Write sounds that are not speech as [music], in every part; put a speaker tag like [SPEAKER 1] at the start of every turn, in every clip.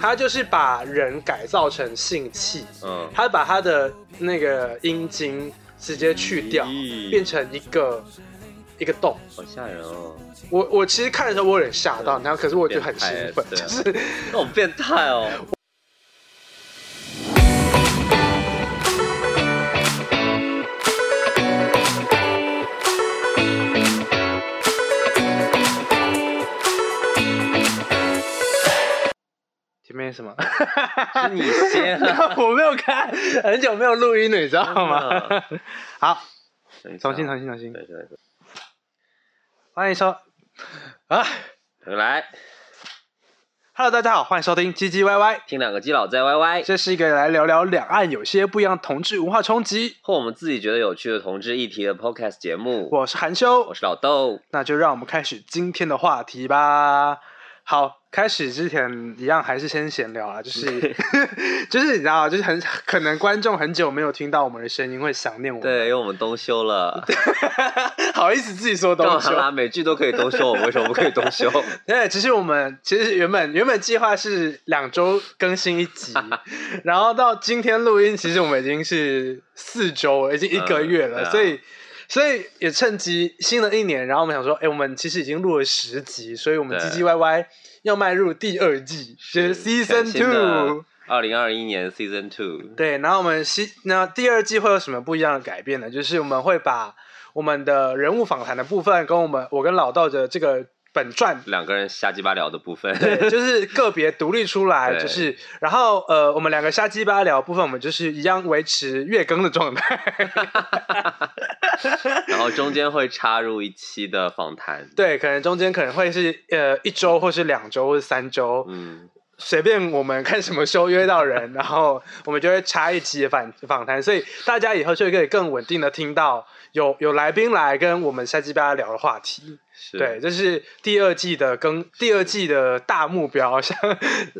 [SPEAKER 1] 他就是把人改造成性器，
[SPEAKER 2] 嗯，
[SPEAKER 1] 他把他的那个阴茎直接去掉，
[SPEAKER 2] 咦
[SPEAKER 1] 变成一个一个洞。
[SPEAKER 2] 好吓人哦，
[SPEAKER 1] 我我其实看的时候我有点吓到，然后可是我就很兴奋，
[SPEAKER 2] 变态
[SPEAKER 1] 就
[SPEAKER 2] 欸
[SPEAKER 1] 是
[SPEAKER 2] 那种变态哦。
[SPEAKER 1] [laughs] 前面什么？
[SPEAKER 2] 是你先啊
[SPEAKER 1] [laughs] 我没有看，很久没有录音了，你知道吗？ [laughs] 好，重新重新重新，
[SPEAKER 2] 对对对，
[SPEAKER 1] 欢迎收啊
[SPEAKER 2] 回来
[SPEAKER 1] ，Hello，大家好，欢迎收听唧唧歪歪，
[SPEAKER 2] 听两个基佬在 YY，
[SPEAKER 1] 这是一个来聊聊两岸有些不一样的同志文化冲击。
[SPEAKER 2] 或我们自己觉得有趣的同志议题的 podcast 节目。
[SPEAKER 1] 我是韩修，
[SPEAKER 2] 我是老豆，
[SPEAKER 1] 那就让我们开始今天的话题吧。好，开始之前一样还是先闲聊啊，就是 [laughs] 就是你知道，就是很可能观众很久没有听到我们的声音，会想念我们。
[SPEAKER 2] 对，因为我们冬休
[SPEAKER 1] [laughs]
[SPEAKER 2] 了，
[SPEAKER 1] 好意思自己说
[SPEAKER 2] [laughs] 干
[SPEAKER 1] 东西
[SPEAKER 2] 嘛。啦？每句都可以冬休，我们为什么不可以冬休？
[SPEAKER 1] 对，其实我们其实原本原本计划是两周更新一
[SPEAKER 2] [laughs]
[SPEAKER 1] 集，然后到今天录音，其实我们已经是四周了，已经一个月了，
[SPEAKER 2] 嗯对啊
[SPEAKER 1] 所以所以也趁机新的一年，然后我们想说，哎，我们其实已经录了十集，所以我们唧
[SPEAKER 2] 对
[SPEAKER 1] 唧歪歪要迈入第二季， [laughs] 就是
[SPEAKER 2] 是
[SPEAKER 1] season
[SPEAKER 2] 全新的
[SPEAKER 1] two。
[SPEAKER 2] 二零二一年 Season Two， [laughs]
[SPEAKER 1] 对，然后我们西那第二季会有什么不一样的改变呢？就是我们会把我们的人物访谈的部分跟我们我跟老道的这个本传
[SPEAKER 2] 两个人瞎鸡巴聊的部分，
[SPEAKER 1] 对，就是个别独立出来，
[SPEAKER 2] 对
[SPEAKER 1] 就是然后呃，我们两个瞎鸡巴聊的部分，我们就是一样维持月更的状态。
[SPEAKER 2] [laughs] 然后中间会插入一期的访谈。
[SPEAKER 1] 对，可能中间可能会是呃一周，或是两周，或是三周，
[SPEAKER 2] 嗯，
[SPEAKER 1] 随便我们看什么时候约到人，然后我们就会插一期的访访谈，所以大家以后就可以更稳定的听到有有来宾来跟我们瞎鸡巴聊的话题。
[SPEAKER 2] 是，
[SPEAKER 1] 对，，这是第二季的更第二季的大目标，像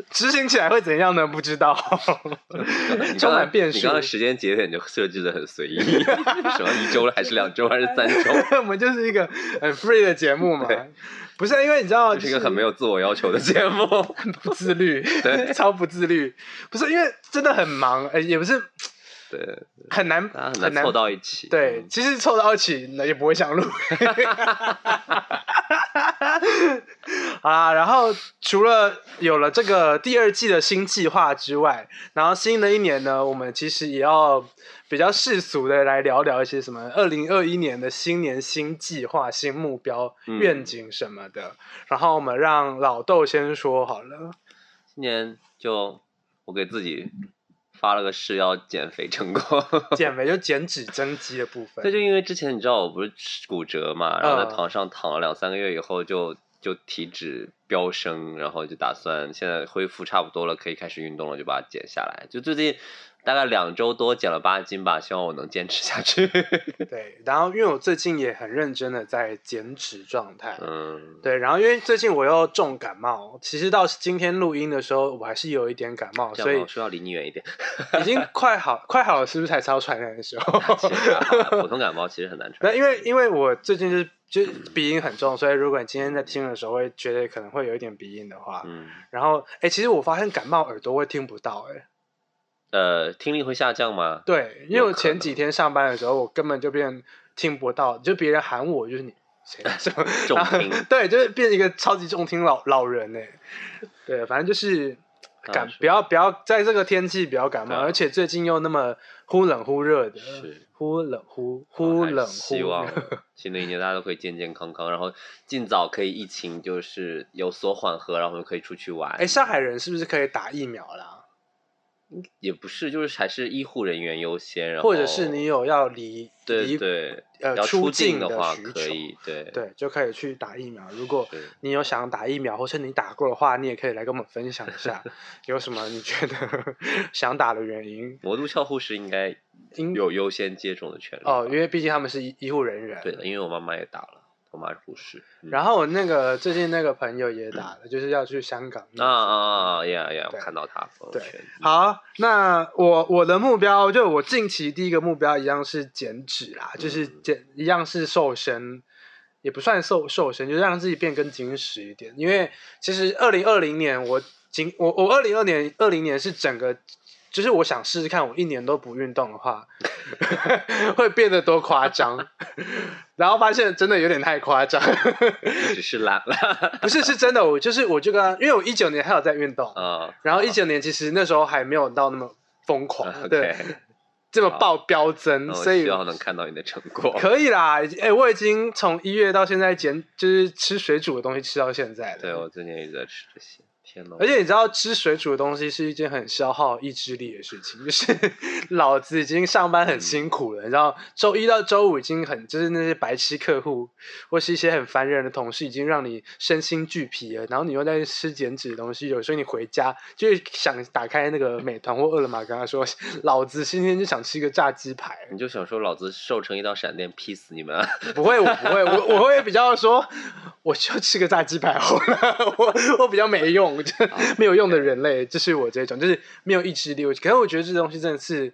[SPEAKER 1] 执行起来会怎样呢？不知道，充满
[SPEAKER 2] [laughs]
[SPEAKER 1] 变
[SPEAKER 2] 你
[SPEAKER 1] 数
[SPEAKER 2] 刚。刚时间节点就设置的很随意， [laughs] 什么一周还是两周还是三
[SPEAKER 1] [laughs]
[SPEAKER 2] 周，
[SPEAKER 1] 我们就是一个很 free 的节目嘛
[SPEAKER 2] 对，
[SPEAKER 1] 不是因为你知道，
[SPEAKER 2] 这
[SPEAKER 1] 就是
[SPEAKER 2] 一个很没有自我要求的节目。
[SPEAKER 1] 不自律，
[SPEAKER 2] 对
[SPEAKER 1] [laughs] 超不自律，不是因为真的很忙，呃，也不是
[SPEAKER 2] 对，
[SPEAKER 1] 很难
[SPEAKER 2] 大家啊
[SPEAKER 1] 很
[SPEAKER 2] 很
[SPEAKER 1] 难
[SPEAKER 2] 难凑到一起。嗯
[SPEAKER 1] 对，其实凑到一起那也不会想录。啊，然后除了有了这个第二季的新计划之外，然后新的一年呢，我们其实也要比较世俗的来聊聊一些什么二零二一年的新年新计划、新目标、
[SPEAKER 2] 嗯
[SPEAKER 1] 愿景什么的。然后我们让老豆先说好了。
[SPEAKER 2] 今年就我给自己发了个誓要减肥成功。
[SPEAKER 1] [laughs] 减肥就减脂增肌的
[SPEAKER 2] [laughs]
[SPEAKER 1] 部
[SPEAKER 2] 那
[SPEAKER 1] 分，
[SPEAKER 2] 就因为之前你知道我不是吃骨折嘛，然后在
[SPEAKER 1] 嗯
[SPEAKER 2] 床上躺了两三个月以后就就体脂飙升，然后就打算现在恢复差不多了，可以开始运动了，就把它减下来。就最近大概两周多减了八斤吧，希望我能坚持下去。
[SPEAKER 1] 对。然后因为我最近也很认真的在减脂状态，
[SPEAKER 2] 嗯，
[SPEAKER 1] 对。然后因为最近我又重感冒，其实到今天录音的时候，我还是有一点感冒，
[SPEAKER 2] 这
[SPEAKER 1] 所
[SPEAKER 2] 样吧
[SPEAKER 1] 以
[SPEAKER 2] 我说要离你
[SPEAKER 1] [laughs]
[SPEAKER 2] 远一点。
[SPEAKER 1] 已
[SPEAKER 2] [laughs]
[SPEAKER 1] 经快好快好了，是不是才超传染的时候？
[SPEAKER 2] 其实还好啦普通感冒其实很难
[SPEAKER 1] [laughs] 那
[SPEAKER 2] 传。
[SPEAKER 1] 因为因为我最近就是就是鼻音很重，所以如果你今天在听的时候会觉得可能会有一点鼻音的话，
[SPEAKER 2] 嗯，
[SPEAKER 1] 然后哎、诶其实我发现感冒耳朵会听不到、诶哎，
[SPEAKER 2] 呃，听力会下降吗？
[SPEAKER 1] 对，因为
[SPEAKER 2] 有
[SPEAKER 1] 我
[SPEAKER 2] 可
[SPEAKER 1] 前
[SPEAKER 2] 能
[SPEAKER 1] 几天上班的时候，我根本就变听不到，就别人喊我，就是你谁什么
[SPEAKER 2] 重
[SPEAKER 1] 然后
[SPEAKER 2] 听
[SPEAKER 1] [laughs] 对，就是变一个超级重听老老人呢。对，反正就是
[SPEAKER 2] 啊
[SPEAKER 1] 感
[SPEAKER 2] 是
[SPEAKER 1] 不要不要在这个天气不要感冒，
[SPEAKER 2] 对啊
[SPEAKER 1] 而且最近又那么忽冷忽热的，
[SPEAKER 2] 是哦
[SPEAKER 1] 忽冷忽忽
[SPEAKER 2] 还是
[SPEAKER 1] 冷忽
[SPEAKER 2] 希
[SPEAKER 1] [laughs]
[SPEAKER 2] 望
[SPEAKER 1] 热
[SPEAKER 2] 新的一年大家都可以健健康康，然后尽早可以疫情就是有所缓和，然后可以出去玩。
[SPEAKER 1] 哎，上海人是不是可以打疫苗啦？
[SPEAKER 2] 也不是，就是还是医护人员优先，然后
[SPEAKER 1] 或者是你有要离
[SPEAKER 2] 对
[SPEAKER 1] 离
[SPEAKER 2] 对
[SPEAKER 1] 呃
[SPEAKER 2] 要
[SPEAKER 1] 出
[SPEAKER 2] 出
[SPEAKER 1] 境
[SPEAKER 2] 的
[SPEAKER 1] 的
[SPEAKER 2] 话
[SPEAKER 1] 需
[SPEAKER 2] 可
[SPEAKER 1] 求
[SPEAKER 2] 以，对
[SPEAKER 1] 对就可以去打疫苗，如果
[SPEAKER 2] 对
[SPEAKER 1] 你有想打疫苗，或是你打过的话，你也可以来跟我们分享一
[SPEAKER 2] [laughs]
[SPEAKER 1] 下，有什么你觉得 [laughs] 想打的原因？
[SPEAKER 2] 魔都校护士应该
[SPEAKER 1] 因
[SPEAKER 2] 有优先接种的权利
[SPEAKER 1] 哦，
[SPEAKER 2] 吧
[SPEAKER 1] 因为毕竟他们是医医护人员。
[SPEAKER 2] 对的，因为我妈妈也打了，我妈是护士。嗯
[SPEAKER 1] 然后我那个最近那个朋友也打了，就是要去香港那
[SPEAKER 2] 啊
[SPEAKER 1] 次。
[SPEAKER 2] 啊啊呀呀！我
[SPEAKER 1] 对
[SPEAKER 2] 看到她朋友
[SPEAKER 1] 对
[SPEAKER 2] 圈。嗯，
[SPEAKER 1] 好，那我我的目标就我近期第一个目标一样是减脂啦，就是
[SPEAKER 2] 嗯
[SPEAKER 1] 减一样是瘦身，也不算瘦瘦身，就让自己变更精实一点。因为其实二零二零年我今我我二零二年二零年是整个，就是我想试试看，我一年都不运动的话， [laughs] 会变得多夸张。 [laughs] 然后发现真的有点太夸张， [laughs]
[SPEAKER 2] 只是懒了
[SPEAKER 1] 不是是真的，我就是我就跟他，因为我一九年还有在运动，
[SPEAKER 2] 啊。
[SPEAKER 1] 然后一九年其实那时候还没有到那么疯狂， [laughs] 对，
[SPEAKER 2] 啊 OK，
[SPEAKER 1] 这么爆飙增，
[SPEAKER 2] 那我
[SPEAKER 1] 所以
[SPEAKER 2] 希望能看到你的成果。
[SPEAKER 1] 可以啦，已经哎、我已经从一月到现在减，就是吃水煮的东西吃到现在了。
[SPEAKER 2] 对我最近一直在吃这些，天呐！
[SPEAKER 1] 而且你知道，吃水煮的东西是一件很消耗意志力的事情。就是 [laughs] 老子已经上班很辛苦了，你知道，周一到周五已经很，就是那些白痴客户或是一些很烦人的同事，已经让你身心俱疲了。然后你又在吃减脂的东西，有时候你回家就是想打开那个美团或饿了么，跟他说：“老子今天就想吃一个炸鸡排。”
[SPEAKER 2] 你就想说老子瘦成一道闪电，劈死你们啊！
[SPEAKER 1] 不会，我不会，我我会比较说，我就吃个炸鸡排好了。我我比较没用， [laughs] 就没有用的人类，就是我这种，就是没有意志力。我可是我觉得这东西真的是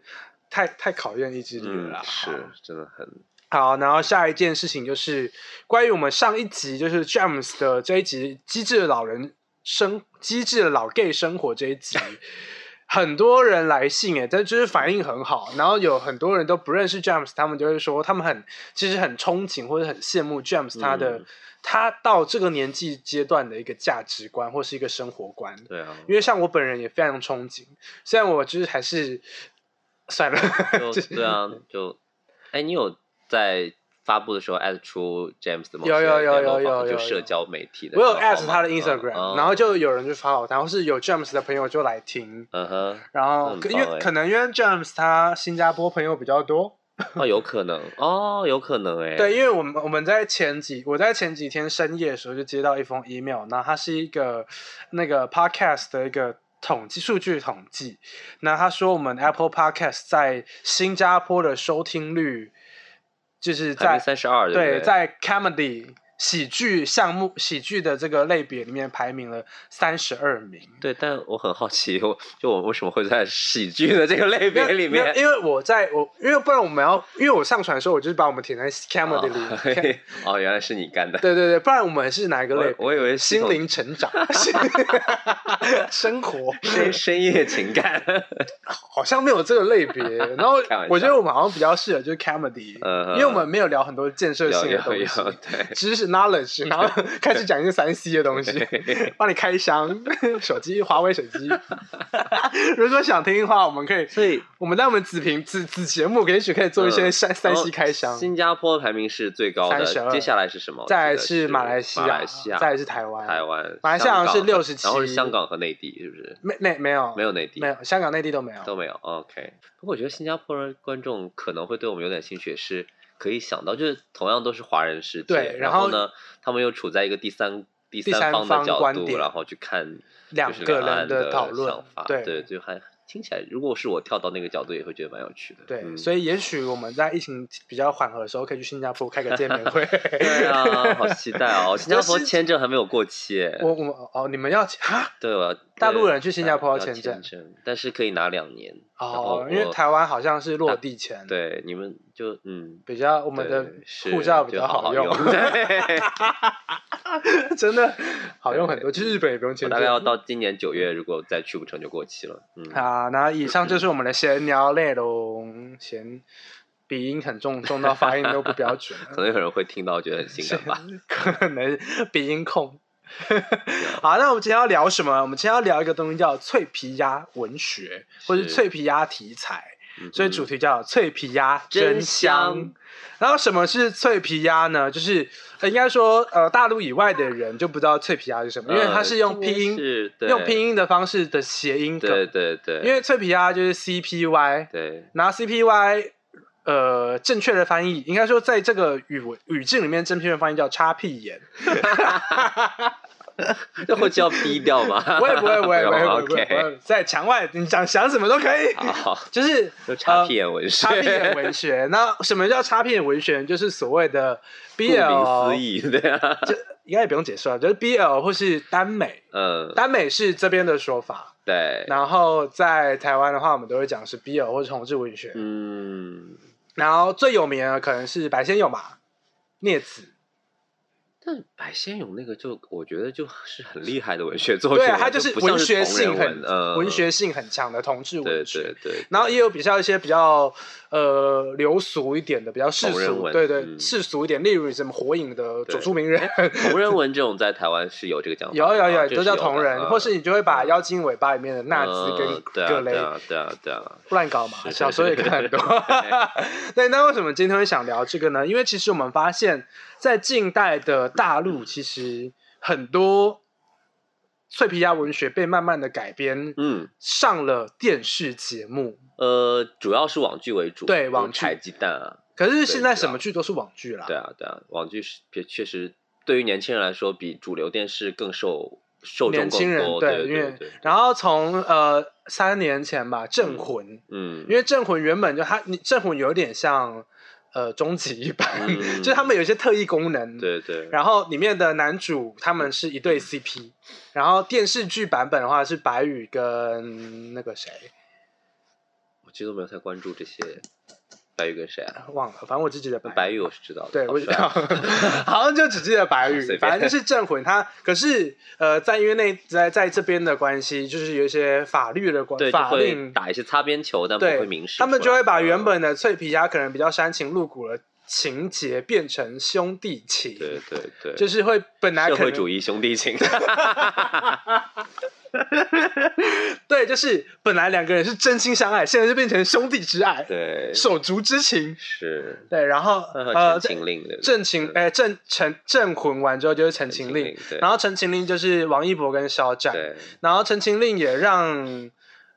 [SPEAKER 1] 太太考验意志力了啦。
[SPEAKER 2] 嗯是真的很
[SPEAKER 1] 好，然后下一件事情就是关于我们上一集就是 James 的这一集《机智的老人生》《机智的老 gay 生活》这一
[SPEAKER 2] [laughs]
[SPEAKER 1] 集。很多人来信哎，但就是反应很好，然后有很多人都不认识 James，他们就会说他们很其实很憧憬或者很羡慕 James 他的、
[SPEAKER 2] 嗯
[SPEAKER 1] 他到这个年纪阶段的一个价值观或是一个生活观。
[SPEAKER 2] 对啊，
[SPEAKER 1] 因为像我本人也非常憧憬，虽然我就是还是算了，
[SPEAKER 2] 就
[SPEAKER 1] [laughs] 就是
[SPEAKER 2] 对啊，就哎，你有在发布的时候艾特出 James 的某
[SPEAKER 1] 有
[SPEAKER 2] 些
[SPEAKER 1] 有有
[SPEAKER 2] 联络
[SPEAKER 1] 有有
[SPEAKER 2] 方
[SPEAKER 1] 有
[SPEAKER 2] 就
[SPEAKER 1] 有
[SPEAKER 2] 社交媒体的
[SPEAKER 1] 我
[SPEAKER 2] 账
[SPEAKER 1] 有
[SPEAKER 2] 号吗，
[SPEAKER 1] at 他的
[SPEAKER 2] 嗯
[SPEAKER 1] Instagram，、
[SPEAKER 2] 嗯
[SPEAKER 1] 然后就有人就发好，然后是有 James 的朋友就来听，
[SPEAKER 2] 嗯哼，
[SPEAKER 1] 然后
[SPEAKER 2] 那很
[SPEAKER 1] 因为
[SPEAKER 2] 棒欸
[SPEAKER 1] 可能因为 James 他新加坡朋友比较多，
[SPEAKER 2] 哦，有可能哦，有可能哎，
[SPEAKER 1] 对，因为我们我们在前几我在前几天深夜的时候就接到一封 email，那它是一个那个 podcast 的一个统计数据统计，那他说我们 Apple Podcast 在新加坡的收听率就是在
[SPEAKER 2] 三十二，不
[SPEAKER 1] 对，
[SPEAKER 2] 对，
[SPEAKER 1] 在 comedy 喜剧项目、喜剧的这个类别里面排名了三十二名。
[SPEAKER 2] 对，但我很好奇，我就我为什么会在喜剧的这个类别里
[SPEAKER 1] 没有
[SPEAKER 2] 面？
[SPEAKER 1] 因为我在我，因为不然我们要，因为我上传的时候，我就是把我们填在 comedy 里。
[SPEAKER 2] 哦嘿嘿 [laughs] 哦，原来是你干的。
[SPEAKER 1] 对对对，不然我们是哪一个类
[SPEAKER 2] 我
[SPEAKER 1] 别？
[SPEAKER 2] 我以为系
[SPEAKER 1] 心
[SPEAKER 2] 统
[SPEAKER 1] 灵成
[SPEAKER 2] [laughs]
[SPEAKER 1] 长， [laughs] 生活
[SPEAKER 2] 深深夜情感，
[SPEAKER 1] 好像没有这个类
[SPEAKER 2] [laughs]
[SPEAKER 1] 别。然后
[SPEAKER 2] 开玩笑
[SPEAKER 1] 我觉得我们好像比较适合就是 comedy，
[SPEAKER 2] 嗯哼
[SPEAKER 1] 因为我们没有聊很多建设
[SPEAKER 2] 有
[SPEAKER 1] 性的
[SPEAKER 2] 有
[SPEAKER 1] 东
[SPEAKER 2] 有，
[SPEAKER 1] 西。 [laughs]
[SPEAKER 2] 对，
[SPEAKER 1] 知识
[SPEAKER 2] [laughs]
[SPEAKER 1] knowledge，然后开始讲一些三 C 的东西，帮你开箱手机，华为手机。如果想听的话，我们可以，
[SPEAKER 2] 所以
[SPEAKER 1] 我们在我们子频子子节目，也许可以做一些
[SPEAKER 2] 嗯
[SPEAKER 1] 三三
[SPEAKER 2] 然后
[SPEAKER 1] C 开箱。
[SPEAKER 2] 新加坡排名是最高的，
[SPEAKER 1] 32
[SPEAKER 2] 接下来是什么？
[SPEAKER 1] 再来
[SPEAKER 2] 我记得
[SPEAKER 1] 是
[SPEAKER 2] 是
[SPEAKER 1] 马来西亚
[SPEAKER 2] 哦马来西亚，
[SPEAKER 1] 再来是台湾
[SPEAKER 2] 台湾，
[SPEAKER 1] 马来西亚好像是
[SPEAKER 2] 香港和
[SPEAKER 1] 67
[SPEAKER 2] 然后是香港和内地，是不是？
[SPEAKER 1] 没没没有
[SPEAKER 2] 没有内地，
[SPEAKER 1] 没有，香港内地都没有。
[SPEAKER 2] 都没有。OK，不过我觉得新加坡人观众可能会对我们有点兴趣，也是可以想到，就是同样都是华人世界，
[SPEAKER 1] 对
[SPEAKER 2] 然
[SPEAKER 1] 然后
[SPEAKER 2] 呢，他们又处在一个第三第
[SPEAKER 1] 第三
[SPEAKER 2] 三方
[SPEAKER 1] 方
[SPEAKER 2] 的角
[SPEAKER 1] 观
[SPEAKER 2] 度，
[SPEAKER 1] 点
[SPEAKER 2] 然后去看
[SPEAKER 1] 两
[SPEAKER 2] 就是
[SPEAKER 1] 个
[SPEAKER 2] 两
[SPEAKER 1] 人
[SPEAKER 2] 岸
[SPEAKER 1] 的
[SPEAKER 2] 的
[SPEAKER 1] 讨论
[SPEAKER 2] 想法
[SPEAKER 1] 对
[SPEAKER 2] 对，就还听起来，如果是我跳到那个角度，也会觉得蛮有趣的。
[SPEAKER 1] 对，
[SPEAKER 2] 嗯
[SPEAKER 1] 所以也许我们在疫情比较缓和的时候，可以去新加坡开个见面
[SPEAKER 2] [laughs]
[SPEAKER 1] 会。
[SPEAKER 2] 对啊，好期待
[SPEAKER 1] [laughs]
[SPEAKER 2] 哦！新加坡签证还没有过期耶，
[SPEAKER 1] 我我们哦，你们要啊？
[SPEAKER 2] 对我要
[SPEAKER 1] 大陆
[SPEAKER 2] 对
[SPEAKER 1] 人去新加坡要
[SPEAKER 2] 要
[SPEAKER 1] 签证
[SPEAKER 2] 证，但是可以拿两年。然后
[SPEAKER 1] 哦，因为
[SPEAKER 2] 我啊
[SPEAKER 1] 台湾好像是落地前，，
[SPEAKER 2] 对你们就嗯，
[SPEAKER 1] 比较我们
[SPEAKER 2] 对
[SPEAKER 1] 的
[SPEAKER 2] 是
[SPEAKER 1] 护照比
[SPEAKER 2] 就
[SPEAKER 1] 较
[SPEAKER 2] 好
[SPEAKER 1] 用
[SPEAKER 2] 用。。 [laughs] 对
[SPEAKER 1] [laughs]
[SPEAKER 2] [laughs]
[SPEAKER 1] 真的好用很多，去日本也不用签
[SPEAKER 2] 我大概要
[SPEAKER 1] 证。
[SPEAKER 2] 到今年九月，如果再去不成就过期了。嗯，
[SPEAKER 1] 好，那以上就是我们的闲聊内容，闲鼻音很重，重到发音都不标
[SPEAKER 2] [laughs]
[SPEAKER 1] 准
[SPEAKER 2] 可能有人会听到觉得很性感吧。
[SPEAKER 1] 可能鼻音控。好，那我们今天要聊什么？我们今天要聊一个东西叫脆皮鸭文学，或是
[SPEAKER 2] 是
[SPEAKER 1] 脆皮鸭题材。
[SPEAKER 2] 嗯
[SPEAKER 1] 所以主题叫脆皮鸭
[SPEAKER 2] 真
[SPEAKER 1] 真香
[SPEAKER 2] 香。
[SPEAKER 1] 然后什么是脆皮鸭呢？就是呃应该说，呃，大陆以外的人就不知道脆皮鸭是什么，因为它是用拼
[SPEAKER 2] 嗯
[SPEAKER 1] 音，
[SPEAKER 2] 是
[SPEAKER 1] 用拼
[SPEAKER 2] 音，
[SPEAKER 1] 音的方式的谐音梗。
[SPEAKER 2] 对对对，
[SPEAKER 1] 因为脆皮鸭就是 CPY，
[SPEAKER 2] 对
[SPEAKER 1] 然后 CPY，呃，正确的翻译应该说，在这个语文语境里面，正确的翻译叫叉
[SPEAKER 2] [laughs]
[SPEAKER 1] 屁眼。
[SPEAKER 2] 这回就要逼掉吗？ [laughs]
[SPEAKER 1] 不会不会不会不会不会不
[SPEAKER 2] 哦 OK
[SPEAKER 1] 会不会，在墙外你想想什么都可以，
[SPEAKER 2] 好，
[SPEAKER 1] 就是
[SPEAKER 2] 就插
[SPEAKER 1] 呃
[SPEAKER 2] 屁眼文学，
[SPEAKER 1] 插屁眼文学。那什么叫插屁眼文学？就是所谓的
[SPEAKER 2] 顾
[SPEAKER 1] BL，
[SPEAKER 2] 名思义，对啊，
[SPEAKER 1] 就应该也不用解释了，就是 BL 或是耽美。
[SPEAKER 2] 嗯，
[SPEAKER 1] 耽美是这边的说法，
[SPEAKER 2] 对，
[SPEAKER 1] 然后在台湾的话，我们都会讲是 BL 或者同志文学。
[SPEAKER 2] 嗯，
[SPEAKER 1] 然后最有名的可能是白先勇嘛，聂子。
[SPEAKER 2] 但白先勇那个就我觉得就是很厉害的文学作品
[SPEAKER 1] 对
[SPEAKER 2] 了，
[SPEAKER 1] 啊，它就是
[SPEAKER 2] 不像
[SPEAKER 1] 文
[SPEAKER 2] 是
[SPEAKER 1] 学
[SPEAKER 2] 同
[SPEAKER 1] 性
[SPEAKER 2] 人
[SPEAKER 1] 很、
[SPEAKER 2] 嗯
[SPEAKER 1] 文学性很强的同志
[SPEAKER 2] 对
[SPEAKER 1] 文学。
[SPEAKER 2] 对对，
[SPEAKER 1] 然后也有比较一些比较呃流俗一点的，比较世
[SPEAKER 2] 同人
[SPEAKER 1] 俗，
[SPEAKER 2] 文
[SPEAKER 1] 对对
[SPEAKER 2] 嗯
[SPEAKER 1] 世俗一点，例如什么火影的
[SPEAKER 2] 对
[SPEAKER 1] 佐助鸣人，
[SPEAKER 2] 同人文这种在台湾是有这个讲法的
[SPEAKER 1] 有
[SPEAKER 2] 吗，
[SPEAKER 1] 有有
[SPEAKER 2] 这
[SPEAKER 1] 都
[SPEAKER 2] 是
[SPEAKER 1] 叫
[SPEAKER 2] 的
[SPEAKER 1] 同人，
[SPEAKER 2] 嗯
[SPEAKER 1] 或是你就会把《妖精尾巴》里面的纳兹跟
[SPEAKER 2] 嗯对
[SPEAKER 1] 葛
[SPEAKER 2] 啊
[SPEAKER 1] 雷
[SPEAKER 2] 对啊对啊对啊，
[SPEAKER 1] 乱搞嘛， [laughs]
[SPEAKER 2] 是
[SPEAKER 1] 小时候也看很
[SPEAKER 2] [laughs]
[SPEAKER 1] 多。对，那为什么今天会想聊这个呢？因为其实我们发现，在近代的大陆，其实很多脆皮鸭文学被慢慢的改编，
[SPEAKER 2] 嗯
[SPEAKER 1] 上了电视节目。
[SPEAKER 2] 呃，主要是网剧为主，
[SPEAKER 1] 对
[SPEAKER 2] 就是
[SPEAKER 1] 网剧
[SPEAKER 2] 柴鸡蛋啊，
[SPEAKER 1] 可是现在什么剧都是网剧啦，
[SPEAKER 2] 对啊对啊，网剧是也确实对于年轻人来说，比主流电视更受受众
[SPEAKER 1] 年轻
[SPEAKER 2] 更
[SPEAKER 1] 人
[SPEAKER 2] 多，
[SPEAKER 1] 对
[SPEAKER 2] 对
[SPEAKER 1] 因为
[SPEAKER 2] 对，
[SPEAKER 1] 然后从呃三年前吧，《镇魂》
[SPEAKER 2] 嗯
[SPEAKER 1] 因为《镇魂》原本就它，你《镇魂》有点像呃终极一般，
[SPEAKER 2] 嗯
[SPEAKER 1] [laughs] 就是他们有一些特异功能，
[SPEAKER 2] 对嗯对，
[SPEAKER 1] 然后里面的男主他们是一对 CP，然后电视剧版本的话是白宇跟那个谁
[SPEAKER 2] 我其实都没有太关注这些白宇跟谁啊，
[SPEAKER 1] 忘了，反正我只记得白
[SPEAKER 2] 白
[SPEAKER 1] 宇。
[SPEAKER 2] 宇我是知道的，
[SPEAKER 1] 对，
[SPEAKER 2] 好
[SPEAKER 1] 我知
[SPEAKER 2] 帅
[SPEAKER 1] 道，
[SPEAKER 2] 啊
[SPEAKER 1] [laughs] 好像就只记得白宇，
[SPEAKER 2] [laughs] 随便
[SPEAKER 1] 反正就是镇魂他。可是呃，在因为那在在这边的关系，就是有一些法律的关
[SPEAKER 2] 对，就
[SPEAKER 1] 法
[SPEAKER 2] 会
[SPEAKER 1] 令，
[SPEAKER 2] 打一些擦边球，但不
[SPEAKER 1] 对
[SPEAKER 2] 会明示出
[SPEAKER 1] 他
[SPEAKER 2] 来，
[SPEAKER 1] 们就会把原
[SPEAKER 2] 嗯
[SPEAKER 1] 本的脆皮鸭可能比较煽情露骨的情节变成兄弟情，
[SPEAKER 2] 对对对，
[SPEAKER 1] 就是会本来
[SPEAKER 2] 社
[SPEAKER 1] 可
[SPEAKER 2] 会
[SPEAKER 1] 能
[SPEAKER 2] 主义兄弟情，
[SPEAKER 1] 对，就是本来两个人是真心相爱，现在就变成兄弟之爱，
[SPEAKER 2] 对，
[SPEAKER 1] 手足之情。
[SPEAKER 2] 是
[SPEAKER 1] 对，然后呃，
[SPEAKER 2] 陈情嗯令对不对
[SPEAKER 1] 郑情哎郑陈郑魂完之后就是陈情令，，
[SPEAKER 2] 对
[SPEAKER 1] 然后陈情令就是王一博跟肖战，
[SPEAKER 2] 对，
[SPEAKER 1] 然后陈情令也让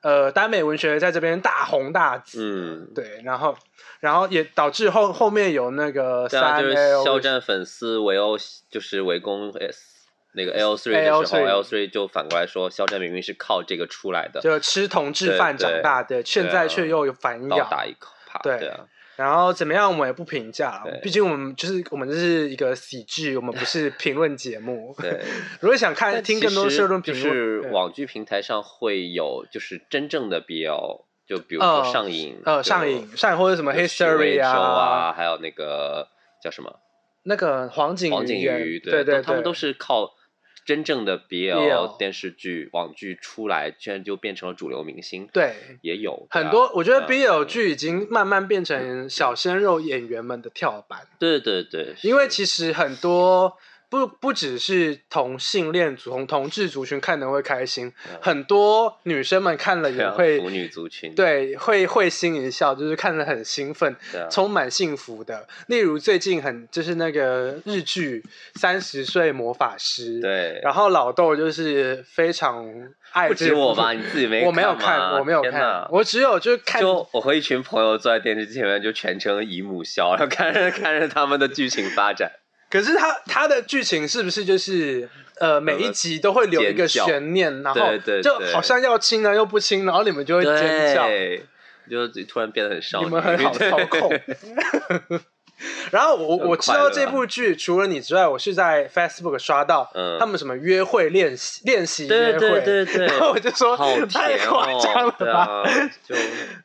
[SPEAKER 1] 呃耽美文学在这边大红大紫。
[SPEAKER 2] 嗯，
[SPEAKER 1] 对，然后然后也导致后后面有那个
[SPEAKER 2] 对啊，
[SPEAKER 1] 三
[SPEAKER 2] 就是肖
[SPEAKER 1] L
[SPEAKER 2] 战粉丝围殴，就是围攻 S 那个 L three 的时候
[SPEAKER 1] L3
[SPEAKER 2] ，L three 就反过来说，肖战明明是靠这个出 [laughs] 来的，
[SPEAKER 1] 就吃同志
[SPEAKER 2] 对
[SPEAKER 1] 饭
[SPEAKER 2] 对啊
[SPEAKER 1] 长大的，现在却又有反
[SPEAKER 2] 倒
[SPEAKER 1] 咬。
[SPEAKER 2] 打一口啪，
[SPEAKER 1] 对
[SPEAKER 2] 对啊，
[SPEAKER 1] 然后怎么样，我们也不评价了
[SPEAKER 2] 对，
[SPEAKER 1] 毕竟我们就是我们这是一个喜剧，我们不是评论节目。
[SPEAKER 2] 对。
[SPEAKER 1] [laughs] 如果想看
[SPEAKER 2] 但
[SPEAKER 1] 听
[SPEAKER 2] 其
[SPEAKER 1] 更多
[SPEAKER 2] 实
[SPEAKER 1] 社论
[SPEAKER 2] 就
[SPEAKER 1] 评
[SPEAKER 2] 是
[SPEAKER 1] 论，对
[SPEAKER 2] 网剧平台上会有，就是真正的 BL，就比如说
[SPEAKER 1] 呃
[SPEAKER 2] 上瘾，
[SPEAKER 1] 呃
[SPEAKER 2] 就
[SPEAKER 1] 上瘾上瘾或者什么
[SPEAKER 2] 就许
[SPEAKER 1] history
[SPEAKER 2] 魏洲
[SPEAKER 1] 啊，
[SPEAKER 2] 啊，还有那个叫什么
[SPEAKER 1] 那个黄景
[SPEAKER 2] 黄景
[SPEAKER 1] 瑜啊
[SPEAKER 2] 瑜，
[SPEAKER 1] 对对，
[SPEAKER 2] 都他们都
[SPEAKER 1] 是
[SPEAKER 2] 是靠真正的
[SPEAKER 1] BL
[SPEAKER 2] BL 电视剧、网剧出来，居然就变成了主流明星，
[SPEAKER 1] 对。
[SPEAKER 2] 也有对
[SPEAKER 1] 很
[SPEAKER 2] 啊
[SPEAKER 1] 多，我觉得
[SPEAKER 2] 对啊嗯
[SPEAKER 1] BL 剧已经慢慢变成小鲜肉演员们的跳板，
[SPEAKER 2] 对对对，
[SPEAKER 1] 因为
[SPEAKER 2] 是
[SPEAKER 1] 其实很多不不只是同性恋族、同同志族群看的会开心，
[SPEAKER 2] 嗯
[SPEAKER 1] 很多女生们看了
[SPEAKER 2] 对
[SPEAKER 1] 也
[SPEAKER 2] 啊
[SPEAKER 1] 会
[SPEAKER 2] 腐女族群，
[SPEAKER 1] 对，会会心一笑，就是看着很兴奋，
[SPEAKER 2] 对啊
[SPEAKER 1] 充满幸福的。例如最近很就是那个日剧《三十岁魔法师》，，
[SPEAKER 2] 对，
[SPEAKER 1] 然后老豆就是非常爱
[SPEAKER 2] 不
[SPEAKER 1] 这
[SPEAKER 2] 止
[SPEAKER 1] 部
[SPEAKER 2] 我吧，你自己没
[SPEAKER 1] 我没有
[SPEAKER 2] 看吗，
[SPEAKER 1] 我没有
[SPEAKER 2] 天
[SPEAKER 1] 看
[SPEAKER 2] 哪，
[SPEAKER 1] 我只有就是看
[SPEAKER 2] 就我和一群朋友坐在电视机前面，就全程姨母笑，然后看着看着他们的剧情发展。
[SPEAKER 1] 可是它它的剧情是不是就是呃每一集都会留一个
[SPEAKER 2] 尖叫
[SPEAKER 1] 悬念，然后
[SPEAKER 2] 对对
[SPEAKER 1] 就
[SPEAKER 2] 对
[SPEAKER 1] 好像要亲呢又不亲，然后你们就会尖叫，
[SPEAKER 2] 对，就突然变得很少女，。
[SPEAKER 1] 你们很好操控
[SPEAKER 2] [laughs]
[SPEAKER 1] 然后我
[SPEAKER 2] 很
[SPEAKER 1] 我知
[SPEAKER 2] 快
[SPEAKER 1] 道
[SPEAKER 2] 乐啊
[SPEAKER 1] 这部剧除了你之外，我是在 Facebook 刷到
[SPEAKER 2] 嗯
[SPEAKER 1] 他们什么约会练习练习
[SPEAKER 2] 对
[SPEAKER 1] 约会，
[SPEAKER 2] 对对对
[SPEAKER 1] 然后我就说
[SPEAKER 2] 好甜哦，
[SPEAKER 1] [laughs] 太夸张了
[SPEAKER 2] 对
[SPEAKER 1] 吧，
[SPEAKER 2] 啊，
[SPEAKER 1] [laughs]
[SPEAKER 2] 就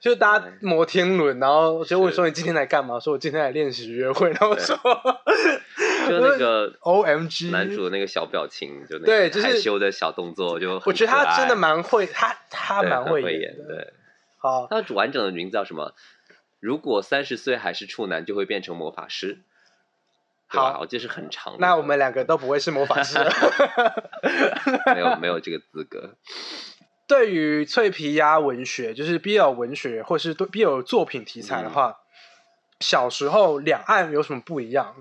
[SPEAKER 1] 就搭摩天轮，然后就问
[SPEAKER 2] 是
[SPEAKER 1] 说你今天来干嘛？我说我今天来练习约会，然后我说 [laughs]
[SPEAKER 2] 就那个
[SPEAKER 1] O M G，
[SPEAKER 2] 男主那个小表情，就那
[SPEAKER 1] 哦
[SPEAKER 2] 个
[SPEAKER 1] 对就是
[SPEAKER 2] 害羞的小动作，就很
[SPEAKER 1] 我觉得他
[SPEAKER 2] 可爱
[SPEAKER 1] 真的蛮会，他他
[SPEAKER 2] 对
[SPEAKER 1] 蛮
[SPEAKER 2] 很会
[SPEAKER 1] 演
[SPEAKER 2] 演，。对，
[SPEAKER 1] 好，
[SPEAKER 2] 他完整的名字叫什么？如果三十岁还是处男，就会变成魔法师。对吧
[SPEAKER 1] 好
[SPEAKER 2] 我记得是很长的。
[SPEAKER 1] 那我们两个都不会是魔法师了。
[SPEAKER 2] 没有没有这个资
[SPEAKER 1] [laughs]
[SPEAKER 2] 格。
[SPEAKER 1] 对于脆皮鸭文学，就是 BL 文学或是对 BL 作品题材
[SPEAKER 2] 嗯
[SPEAKER 1] 的话，小时候两岸有什么不一样？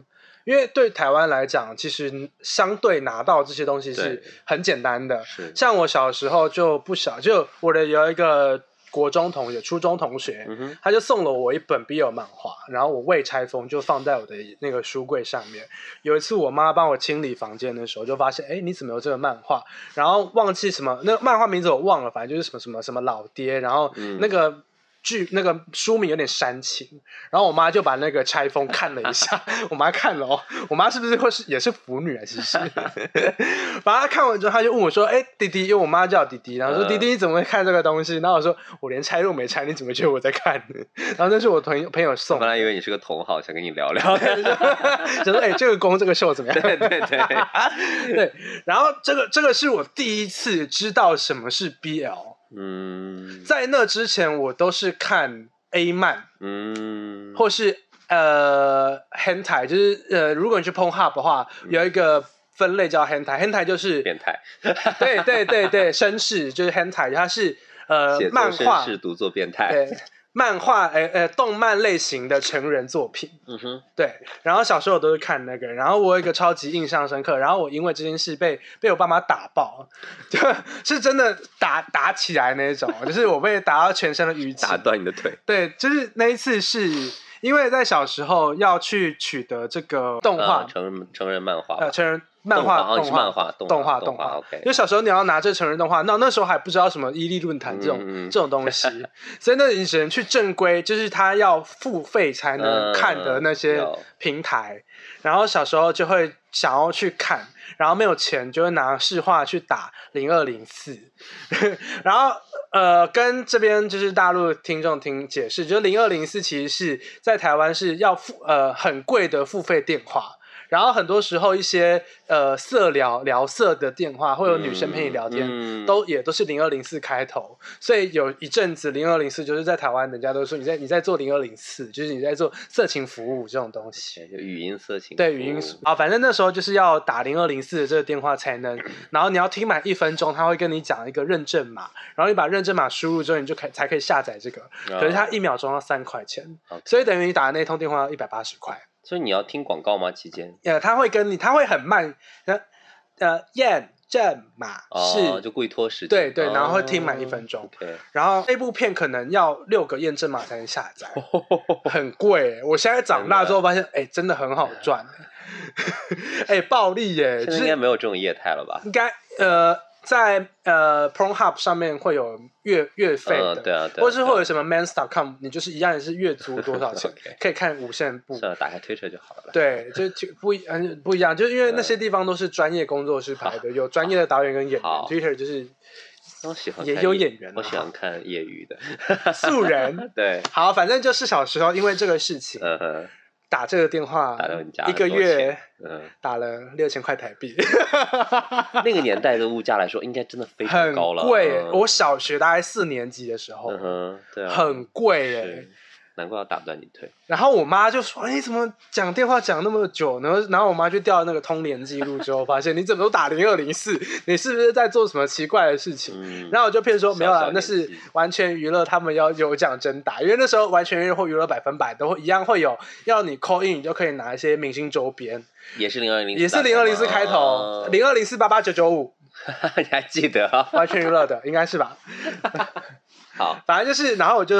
[SPEAKER 1] 因为对台湾来讲，其实相对拿到这些东西是
[SPEAKER 2] 对
[SPEAKER 1] 很简单的。
[SPEAKER 2] 是，
[SPEAKER 1] 像我小时候就不小，就我的有一个国中同学、初中同学，
[SPEAKER 2] 嗯哼，
[SPEAKER 1] 他就送了我一本 BL 漫画，然后我未拆封就放在我的那个书柜上面。有一次我妈帮我清理房间的时候，就发现，哎，你怎么有这个漫画？然后忘记什么，那个漫画名字我忘了，反正就是什么什么什么老爹，然后
[SPEAKER 2] 嗯
[SPEAKER 1] 那个。剧那个书名有点煽情，然后我妈就把那个拆封看了一下， [laughs] 我妈看了哦，我妈是不是会是也是腐女啊？其实， [laughs] 把她看完之后，她就问我说：“哎、弟弟，因为我妈叫弟弟，然后说
[SPEAKER 2] 嗯
[SPEAKER 1] 弟弟你怎么会看这个东西？”然后我说：“我连拆都没拆，你怎么觉得我在看 [laughs] 呢？”然后那是我朋友朋友送
[SPEAKER 2] 本
[SPEAKER 1] 的，
[SPEAKER 2] 来以为你是个同好，想跟你聊
[SPEAKER 1] 然后
[SPEAKER 2] 聊。 [laughs]
[SPEAKER 1] 她就说 [laughs] 想说：“哎、这个攻这个秀怎么样？”
[SPEAKER 2] 对对对，
[SPEAKER 1] 对，然后这个这个是我第一次知道什么是 BL，
[SPEAKER 2] 嗯
[SPEAKER 1] 在那之前我都是看 A 漫
[SPEAKER 2] 嗯，
[SPEAKER 1] 或是呃 hentai，就是呃如果你去 p o n h u b 的话，有一个分类叫 hentai，hentai 就是
[SPEAKER 2] 变态， [laughs]
[SPEAKER 1] 对对对对绅士就是 hentai，它是呃
[SPEAKER 2] 写作
[SPEAKER 1] 漫
[SPEAKER 2] 绅
[SPEAKER 1] 画
[SPEAKER 2] 士，读作变态。
[SPEAKER 1] 对漫画呃呃动漫类型的成人作品。
[SPEAKER 2] 嗯哼，
[SPEAKER 1] 对，然后小时候我都是看那个，然后我有一个超级印象深刻，然后我因为这件事被被我爸妈打爆， [laughs] 就是真的打打起来那种， [laughs] 就是我被打到全身的淤
[SPEAKER 2] 打
[SPEAKER 1] 青。
[SPEAKER 2] 断你的腿。
[SPEAKER 1] 对，就是那一次是因为在小时候要去取得这个动画
[SPEAKER 2] 啊，成人成人漫画吧，
[SPEAKER 1] 呃成人漫画
[SPEAKER 2] 动画哦
[SPEAKER 1] 动
[SPEAKER 2] 是
[SPEAKER 1] 画
[SPEAKER 2] 漫画动
[SPEAKER 1] 动
[SPEAKER 2] 画
[SPEAKER 1] 画动
[SPEAKER 2] 动画
[SPEAKER 1] 画
[SPEAKER 2] ，OK
[SPEAKER 1] 因为小时候你要拿这成人动画，那那时候还不知道什么伊利论坛这种
[SPEAKER 2] 嗯嗯
[SPEAKER 1] 这种东
[SPEAKER 2] [laughs]
[SPEAKER 1] 西，所以那你只能去正规，就是他要付费才能
[SPEAKER 2] 嗯
[SPEAKER 1] 看的那些
[SPEAKER 2] 有
[SPEAKER 1] 平台。然后小时候就会想要去看，然后没有钱就会拿市话去打零二零四， [laughs] 然后呃跟这边就是大陆听众听解释，就是零二零四其实是在台湾是要付呃很贵的付费电话。然后很多时候一些呃色聊聊色的电话，会有女生陪你聊天，
[SPEAKER 2] 嗯嗯
[SPEAKER 1] 都也都是零二零四开头，所以有一阵子零二零四就是在台湾，人家都说你在你在做零二零四，就是你在做色情服务这种东西。
[SPEAKER 2] 就语音色情，
[SPEAKER 1] 对语音啊，反正那时候就是要打零二零四的这个电话才能，然后你要听满一分钟，他会跟你讲一个认证码，然后你把认证码输入之后，你就可以才可以下载这个。
[SPEAKER 2] 可
[SPEAKER 1] 可是它一秒钟要三块钱
[SPEAKER 2] OK，
[SPEAKER 1] 所以等于你打的那通电话要一百八十块。
[SPEAKER 2] 所以你要听广告吗？期间
[SPEAKER 1] 呃，他会跟你，他会很慢，呃呃验证码
[SPEAKER 2] 哦
[SPEAKER 1] 是
[SPEAKER 2] 就故意拖时间，
[SPEAKER 1] 对对
[SPEAKER 2] 哦
[SPEAKER 1] 然后会听满一分钟
[SPEAKER 2] OK，
[SPEAKER 1] 然后那部片可能要六个验证码才能
[SPEAKER 2] [laughs]
[SPEAKER 1] 下载， [laughs] 很贵欸。我现在长大之后发现，哎、真的很好赚，欸 [laughs] 哎、暴利耶、
[SPEAKER 2] 现
[SPEAKER 1] 就
[SPEAKER 2] 在应
[SPEAKER 1] 是
[SPEAKER 2] 该没有这种业态了吧？
[SPEAKER 1] 应该呃，在呃 Pornhub 上面会有月月费的，
[SPEAKER 2] 嗯，对啊，对啊
[SPEAKER 1] 或是
[SPEAKER 2] 对啊
[SPEAKER 1] 会有什么 Man.com，你就是一样也是月租多少
[SPEAKER 2] [laughs]
[SPEAKER 1] 钱
[SPEAKER 2] OK 啊
[SPEAKER 1] 可以看无限部。
[SPEAKER 2] 算了，打开推车就好了。
[SPEAKER 1] 对，就就不一嗯不一样，就是因为那些地方都是专业工作室拍的，有专业的导演跟演员
[SPEAKER 2] 好
[SPEAKER 1] ，Twitter 就是
[SPEAKER 2] 我喜欢
[SPEAKER 1] 也
[SPEAKER 2] 看
[SPEAKER 1] 有
[SPEAKER 2] 业
[SPEAKER 1] 演员啊
[SPEAKER 2] 我喜欢看业余的， [laughs]
[SPEAKER 1] 素人。
[SPEAKER 2] 对，
[SPEAKER 1] 好，反正就是小时候哦因为这个事情，
[SPEAKER 2] 嗯哼，
[SPEAKER 1] 打这个电话，
[SPEAKER 2] 打到你家
[SPEAKER 1] 一个月
[SPEAKER 2] 很多钱，
[SPEAKER 1] 打了六千块台
[SPEAKER 2] [laughs]
[SPEAKER 1] 币，
[SPEAKER 2] 嗯，那个年代的物价来说，应该真的非常
[SPEAKER 1] 很
[SPEAKER 2] 高了，
[SPEAKER 1] 贵耶。
[SPEAKER 2] 嗯
[SPEAKER 1] 我，小学大概四年级的时候，
[SPEAKER 2] 嗯哼，对啊，
[SPEAKER 1] 很贵耶
[SPEAKER 2] 是。，难怪要打断你腿，
[SPEAKER 1] 然后我妈就说：“哎你怎么讲电话讲那么久呢？”然后我妈就调那个通联记录之后，发现你怎么都打零二零四， [laughs] 你是不是在做什么奇怪的事情？
[SPEAKER 2] 嗯，
[SPEAKER 1] 然后我就骗说没有
[SPEAKER 2] 小
[SPEAKER 1] 啦
[SPEAKER 2] 小，
[SPEAKER 1] 那
[SPEAKER 2] 年
[SPEAKER 1] 是
[SPEAKER 2] 纪
[SPEAKER 1] 完全娱乐，他们要有奖真打，因为那时候完全娱乐或娱乐百分百都会一样会有要你 call in，你就可以拿一些明星周边，
[SPEAKER 2] 也是零二零，
[SPEAKER 1] 也是零二零四开头，
[SPEAKER 2] 啊
[SPEAKER 1] 零二零四八八九九五，
[SPEAKER 2] 你还记得 [laughs] 啊？
[SPEAKER 1] 完全娱乐的应该是吧？
[SPEAKER 2] 好，
[SPEAKER 1] 反正就是，然后我就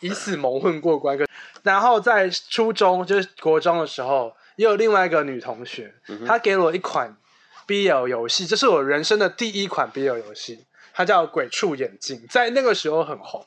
[SPEAKER 1] 以此蒙混过关。可然后在初中就是国中的时候，也有另外一个女同学，
[SPEAKER 2] 嗯哼
[SPEAKER 1] 她给了我一款 BL 游戏，这是我人生的第一款 BL 游戏。它叫《鬼畜眼镜》，在那个时候很红。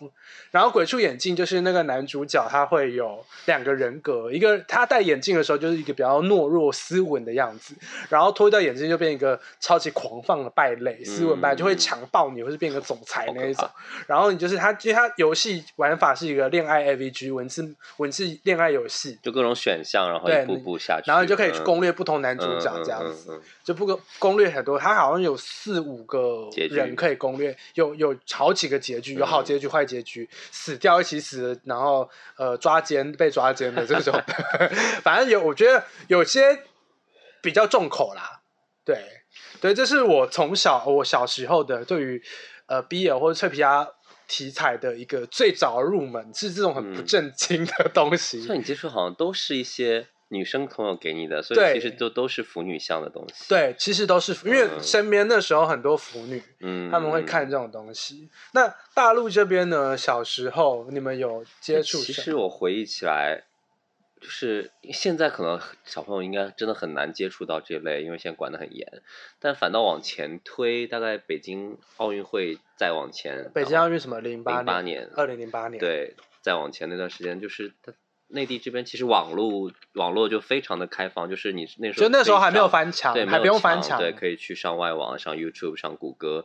[SPEAKER 1] 然后《鬼畜眼镜》就是那个男主角，他会有两个人格，一个他戴眼镜的时候就是一个比较懦弱、斯文的样子，然后脱掉眼镜就变一个超级狂放的败类，斯文败
[SPEAKER 2] 嗯
[SPEAKER 1] 就会强暴你，或是变个总裁那一
[SPEAKER 2] 好可
[SPEAKER 1] 种。然后你就是他，因为他游戏玩法是一个恋爱 AVG 文字文字恋爱游戏，
[SPEAKER 2] 就各种选项，然后
[SPEAKER 1] 对
[SPEAKER 2] 一步步下去，
[SPEAKER 1] 然后你就可以去
[SPEAKER 2] 嗯
[SPEAKER 1] 攻略不同男主角这样子，，就不攻攻略很多，他好像有四五个
[SPEAKER 2] 结局嗯
[SPEAKER 1] 人可以攻略，有有好几个结局，有好结局、坏结局，死掉一起死，然后呃抓奸被抓奸的这
[SPEAKER 2] [laughs]
[SPEAKER 1] 种，反正有我觉得有些比较重口啦，对对，这是我从小我小时候的对于呃 BL 或者脆皮鸭题材的一个最早入门是这种很不
[SPEAKER 2] 嗯
[SPEAKER 1] 正经的东西，
[SPEAKER 2] 像你接触好像都是一些女生朋友给你的，所以
[SPEAKER 1] 对
[SPEAKER 2] 其实就都是腐女向的东西。，
[SPEAKER 1] 对，其实都是因为
[SPEAKER 2] 嗯
[SPEAKER 1] 身边那时候很多腐女。
[SPEAKER 2] 嗯，
[SPEAKER 1] 他们会看这种东西。那大陆这边呢？小时候你们有接触
[SPEAKER 2] 哎其
[SPEAKER 1] 什
[SPEAKER 2] 实
[SPEAKER 1] 么？
[SPEAKER 2] 我回忆起来，就是现在可能小朋友应该真的很难接触到这类，因为现在管得很严。但反倒往前推，大概北京奥运会再往前，
[SPEAKER 1] 北京奥运什么？零八
[SPEAKER 2] 零八
[SPEAKER 1] 年、
[SPEAKER 2] 年，
[SPEAKER 1] 二零零八年，
[SPEAKER 2] 对，再往前那段时间，就是它内地这边其实网络网络就非常的开放，就是你那时候
[SPEAKER 1] 就那时候
[SPEAKER 2] 可以
[SPEAKER 1] 还没有
[SPEAKER 2] 上
[SPEAKER 1] 翻墙
[SPEAKER 2] 对，，没
[SPEAKER 1] 还
[SPEAKER 2] 有
[SPEAKER 1] 不用翻
[SPEAKER 2] 墙
[SPEAKER 1] 墙，
[SPEAKER 2] 对，可以去上外网、上 YouTube、上谷歌。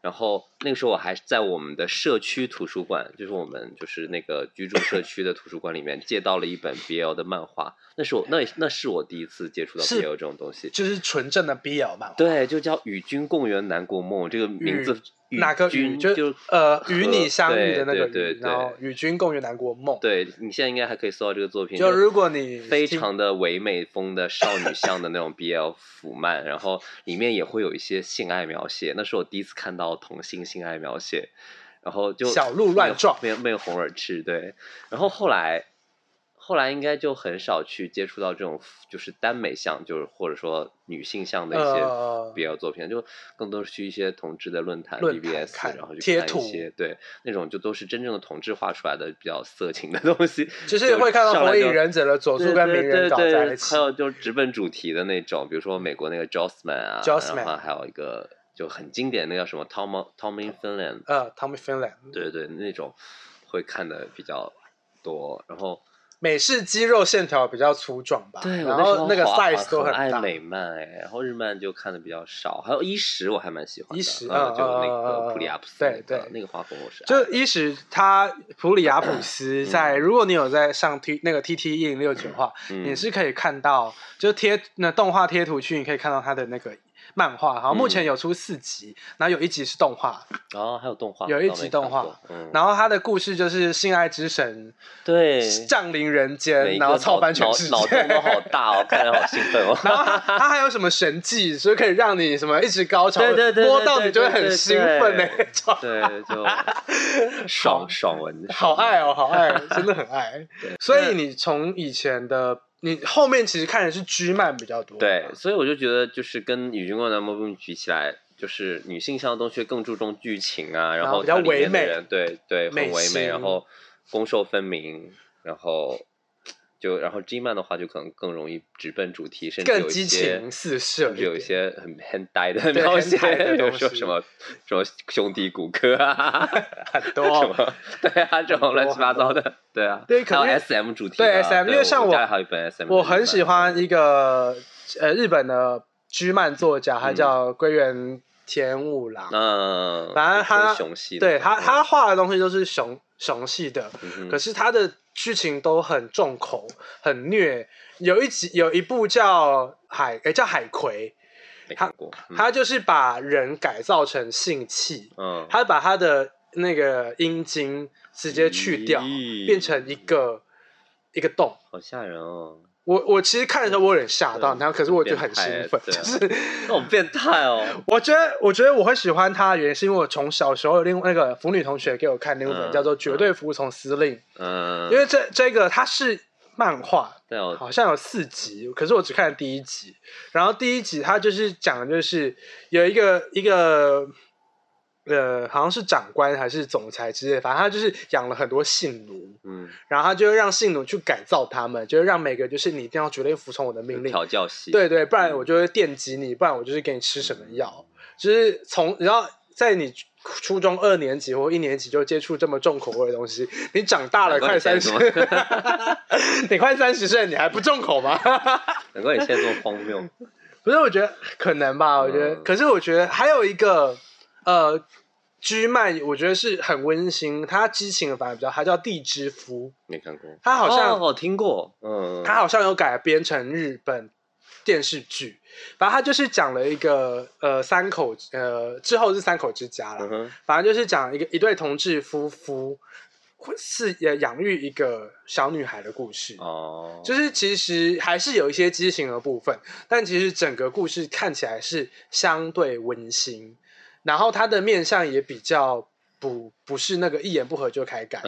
[SPEAKER 2] 然后那个时候我还在我们的社区图书馆，就是我们就是那个居住社区的图书馆里面借到了一本 BL 的漫画，那是我那那是我第一次接触到
[SPEAKER 1] 是
[SPEAKER 2] BL 这种东西。
[SPEAKER 1] 就是纯正的 BL 漫画。
[SPEAKER 2] 对，就叫《与君共圆南国梦》这个名字，与
[SPEAKER 1] 哪个
[SPEAKER 2] 君
[SPEAKER 1] 与
[SPEAKER 2] 就
[SPEAKER 1] 呃
[SPEAKER 2] 和
[SPEAKER 1] 与你相遇的那
[SPEAKER 2] 对对
[SPEAKER 1] 个与，
[SPEAKER 2] 对
[SPEAKER 1] 然后与君共圆南国梦。，
[SPEAKER 2] 对你现在应该还可以搜到这个作品。
[SPEAKER 1] 就如果你
[SPEAKER 2] 非
[SPEAKER 1] 听
[SPEAKER 2] 常的唯美风的少女向的那种 BL 腐漫，然后里面也会有一些性爱描写，那是我第一次看到同性性爱描写，然后就
[SPEAKER 1] 小鹿乱撞
[SPEAKER 2] 面面红耳赤，对，然后后来后来应该就很少去接触到这种就是耽美向，就是或者说女性向的一些
[SPEAKER 1] 呃
[SPEAKER 2] BL 作品，就更多是去一些同志的论坛、
[SPEAKER 1] 论坛
[SPEAKER 2] BBS，
[SPEAKER 1] 看
[SPEAKER 2] 然后去
[SPEAKER 1] 贴
[SPEAKER 2] 看
[SPEAKER 1] 图
[SPEAKER 2] 一些对那种就都是真正的同志画出来的比较色情的东西，
[SPEAKER 1] 就是会看到
[SPEAKER 2] 上
[SPEAKER 1] 《
[SPEAKER 2] 来
[SPEAKER 1] 火
[SPEAKER 2] 就
[SPEAKER 1] 影忍者》的佐助
[SPEAKER 2] 对
[SPEAKER 1] 跟
[SPEAKER 2] 对
[SPEAKER 1] 鸣人搞
[SPEAKER 2] 对
[SPEAKER 1] 在
[SPEAKER 2] 对
[SPEAKER 1] 一起
[SPEAKER 2] 还，有就是直奔主题的那种，比如说美国那个 Jossman 啊
[SPEAKER 1] Jossman
[SPEAKER 2] 然后还有一个就很经典那叫什么 Tom Tom in Finland，
[SPEAKER 1] 呃，Tommy Finland
[SPEAKER 2] 对对那种会看的比较多，然后
[SPEAKER 1] 美式肌肉线条比较粗壮吧，
[SPEAKER 2] 对，
[SPEAKER 1] 然后
[SPEAKER 2] 那
[SPEAKER 1] 那个 size 都
[SPEAKER 2] 很
[SPEAKER 1] 大
[SPEAKER 2] 爱。美漫哎，然后日漫就看的比较少，还有衣食我还蛮喜欢的，
[SPEAKER 1] 衣食
[SPEAKER 2] 嗯，
[SPEAKER 1] 嗯
[SPEAKER 2] 就那
[SPEAKER 1] 嗯嗯
[SPEAKER 2] 个
[SPEAKER 1] 嗯
[SPEAKER 2] 普里亚普斯
[SPEAKER 1] 对
[SPEAKER 2] 那个
[SPEAKER 1] 对
[SPEAKER 2] 那个画风我是爱
[SPEAKER 1] 就一是他普里亚普斯在，如果你有在上 T 那个 T T 一零六九的话，
[SPEAKER 2] 嗯
[SPEAKER 1] 你是可以看到，就贴那动画贴图区，你可以看到他的那个漫画。好，
[SPEAKER 2] 嗯
[SPEAKER 1] 目前有出四集，然后有一集是动画，
[SPEAKER 2] 然后还有动画，
[SPEAKER 1] 有一
[SPEAKER 2] 倒没
[SPEAKER 1] 集动
[SPEAKER 2] 看
[SPEAKER 1] 画
[SPEAKER 2] 过，
[SPEAKER 1] [laughs]
[SPEAKER 2] 嗯，
[SPEAKER 1] 然后他的故事就是性爱之神
[SPEAKER 2] 对，
[SPEAKER 1] [laughs] 降临人
[SPEAKER 2] 每
[SPEAKER 1] 间，
[SPEAKER 2] 一
[SPEAKER 1] 然
[SPEAKER 2] 个
[SPEAKER 1] 后操
[SPEAKER 2] 脑
[SPEAKER 1] 翻全
[SPEAKER 2] 脑
[SPEAKER 1] 世
[SPEAKER 2] 脑洞都
[SPEAKER 1] 界。
[SPEAKER 2] 好大哦，看着好兴奋哦。
[SPEAKER 1] [laughs] 然后他他还有什么神技，所以可以让你什么一直高潮，
[SPEAKER 2] 对对对对
[SPEAKER 1] 摸到你就会
[SPEAKER 2] 对
[SPEAKER 1] 很
[SPEAKER 2] 对
[SPEAKER 1] 兴奋的
[SPEAKER 2] 对
[SPEAKER 1] 那种。
[SPEAKER 2] 对，就爽爽文，
[SPEAKER 1] [laughs] 好
[SPEAKER 2] 爽文
[SPEAKER 1] 爱
[SPEAKER 2] [laughs]
[SPEAKER 1] 哦，好爱，真的很爱。所以你从以前的你后面其实看的是 G 漫比较多，
[SPEAKER 2] 对，所以我就觉得就是跟《与君共男魔梦》比起来，就是女性向的东西更注重剧情啊，然
[SPEAKER 1] 后
[SPEAKER 2] 后
[SPEAKER 1] 比较
[SPEAKER 2] 它里面
[SPEAKER 1] 唯美
[SPEAKER 2] 的人对对，很
[SPEAKER 1] 美
[SPEAKER 2] 唯美，然
[SPEAKER 1] 型
[SPEAKER 2] 后攻受分明，然后就然后 G 漫的话就可能更容易直奔主题，甚至
[SPEAKER 1] 更
[SPEAKER 2] 有一
[SPEAKER 1] 激
[SPEAKER 2] 些
[SPEAKER 1] 情四射
[SPEAKER 2] 甚
[SPEAKER 1] 一
[SPEAKER 2] 至有一
[SPEAKER 1] 点
[SPEAKER 2] 些很很呆的
[SPEAKER 1] 对
[SPEAKER 2] 描
[SPEAKER 1] 很
[SPEAKER 2] 写，
[SPEAKER 1] 呆的
[SPEAKER 2] 比如
[SPEAKER 1] 东
[SPEAKER 2] 说
[SPEAKER 1] 西
[SPEAKER 2] 什么什么兄弟骨科啊，
[SPEAKER 1] [laughs] 很
[SPEAKER 2] 什
[SPEAKER 1] 多。
[SPEAKER 2] 么对啊，这种乱七八糟的，对啊，
[SPEAKER 1] 对可
[SPEAKER 2] 还有
[SPEAKER 1] 能
[SPEAKER 2] S M 主题的，啊
[SPEAKER 1] 对 SM 因为
[SPEAKER 2] 我
[SPEAKER 1] 像
[SPEAKER 2] 我
[SPEAKER 1] 我
[SPEAKER 2] 家里还有一本 S M，
[SPEAKER 1] 我很喜欢一个呃日本的 G 漫作家，他
[SPEAKER 2] 嗯
[SPEAKER 1] 叫龟原田五郎，
[SPEAKER 2] 嗯，
[SPEAKER 1] 反正他
[SPEAKER 2] 偏熊系的，
[SPEAKER 1] 对他
[SPEAKER 2] 嗯
[SPEAKER 1] 他画的东西都是熊熊系的，
[SPEAKER 2] 嗯哼
[SPEAKER 1] 可是他的剧情都很重口，很虐。有一集有一部叫海，诶叫海葵，
[SPEAKER 2] 没
[SPEAKER 1] 他
[SPEAKER 2] 看过，嗯
[SPEAKER 1] 他就是把人改造成性器，
[SPEAKER 2] 嗯，
[SPEAKER 1] 他把他的那个阴茎直接去掉，
[SPEAKER 2] 咦
[SPEAKER 1] 变成一个一个洞。
[SPEAKER 2] 好吓人哦，
[SPEAKER 1] 我我其实看的时候我有点吓到，
[SPEAKER 2] 嗯
[SPEAKER 1] 然后可是我就很
[SPEAKER 2] 变态
[SPEAKER 1] 兴奋，
[SPEAKER 2] 对啊
[SPEAKER 1] 就是
[SPEAKER 2] 那种变态
[SPEAKER 1] [laughs]
[SPEAKER 2] 哦，
[SPEAKER 1] 我觉得，我觉得我会喜欢他，原因是因为我从小时候有另那个腐女同学给我看另一本
[SPEAKER 2] 嗯
[SPEAKER 1] 叫做《绝对服从司令》，
[SPEAKER 2] 嗯，哦
[SPEAKER 1] 因为这这个它是漫画，
[SPEAKER 2] 但我
[SPEAKER 1] 好像有四集，可是我只看了第一集。然后第一集它就是讲的就是有一个一个呃，好像是长官还是总裁之类的，反正他就是养了很多性奴，
[SPEAKER 2] 嗯，
[SPEAKER 1] 然后他就会让性奴去改造他们，就是让每个就是你一定要绝对服从我的命令，
[SPEAKER 2] 调教系，
[SPEAKER 1] 对对，不然我就会电击你，不然我就是给你吃什么药。就是从然后在你初中二年级或一年级就接触这么重口味的东西，你长大
[SPEAKER 2] 难
[SPEAKER 1] 了
[SPEAKER 2] 怪
[SPEAKER 1] 快
[SPEAKER 2] 你
[SPEAKER 1] 三
[SPEAKER 2] 现
[SPEAKER 1] 十
[SPEAKER 2] 在 [laughs] 这，
[SPEAKER 1] [laughs] 你快三十岁你还不重口吗？ [laughs]
[SPEAKER 2] 难怪你现在这么荒谬，
[SPEAKER 1] 不是，我觉得可能吧，我觉得，
[SPEAKER 2] 嗯
[SPEAKER 1] 可是我觉得还有一个呃。居漫我觉得是很温馨，它激情的反而比较，它叫《地之夫》，
[SPEAKER 2] 没看
[SPEAKER 1] [laughs]
[SPEAKER 2] 过，
[SPEAKER 1] 它好像
[SPEAKER 2] 哦我听过，嗯，
[SPEAKER 1] 他好像有改编成日本电视剧，反正他就是讲了一个呃三口呃之后是三口之家
[SPEAKER 2] 嗯
[SPEAKER 1] 了，
[SPEAKER 2] 哼，
[SPEAKER 1] [laughs] 反正就是讲一个一对同志夫妇会是呃养育一个小女孩的故事。
[SPEAKER 2] 哦，
[SPEAKER 1] 就是其实还是有一些畸形的部分，但其实整个故事看起来是相对温馨，然后它的面相也比较不不是那个一言不合就
[SPEAKER 2] [laughs]
[SPEAKER 1] 开干，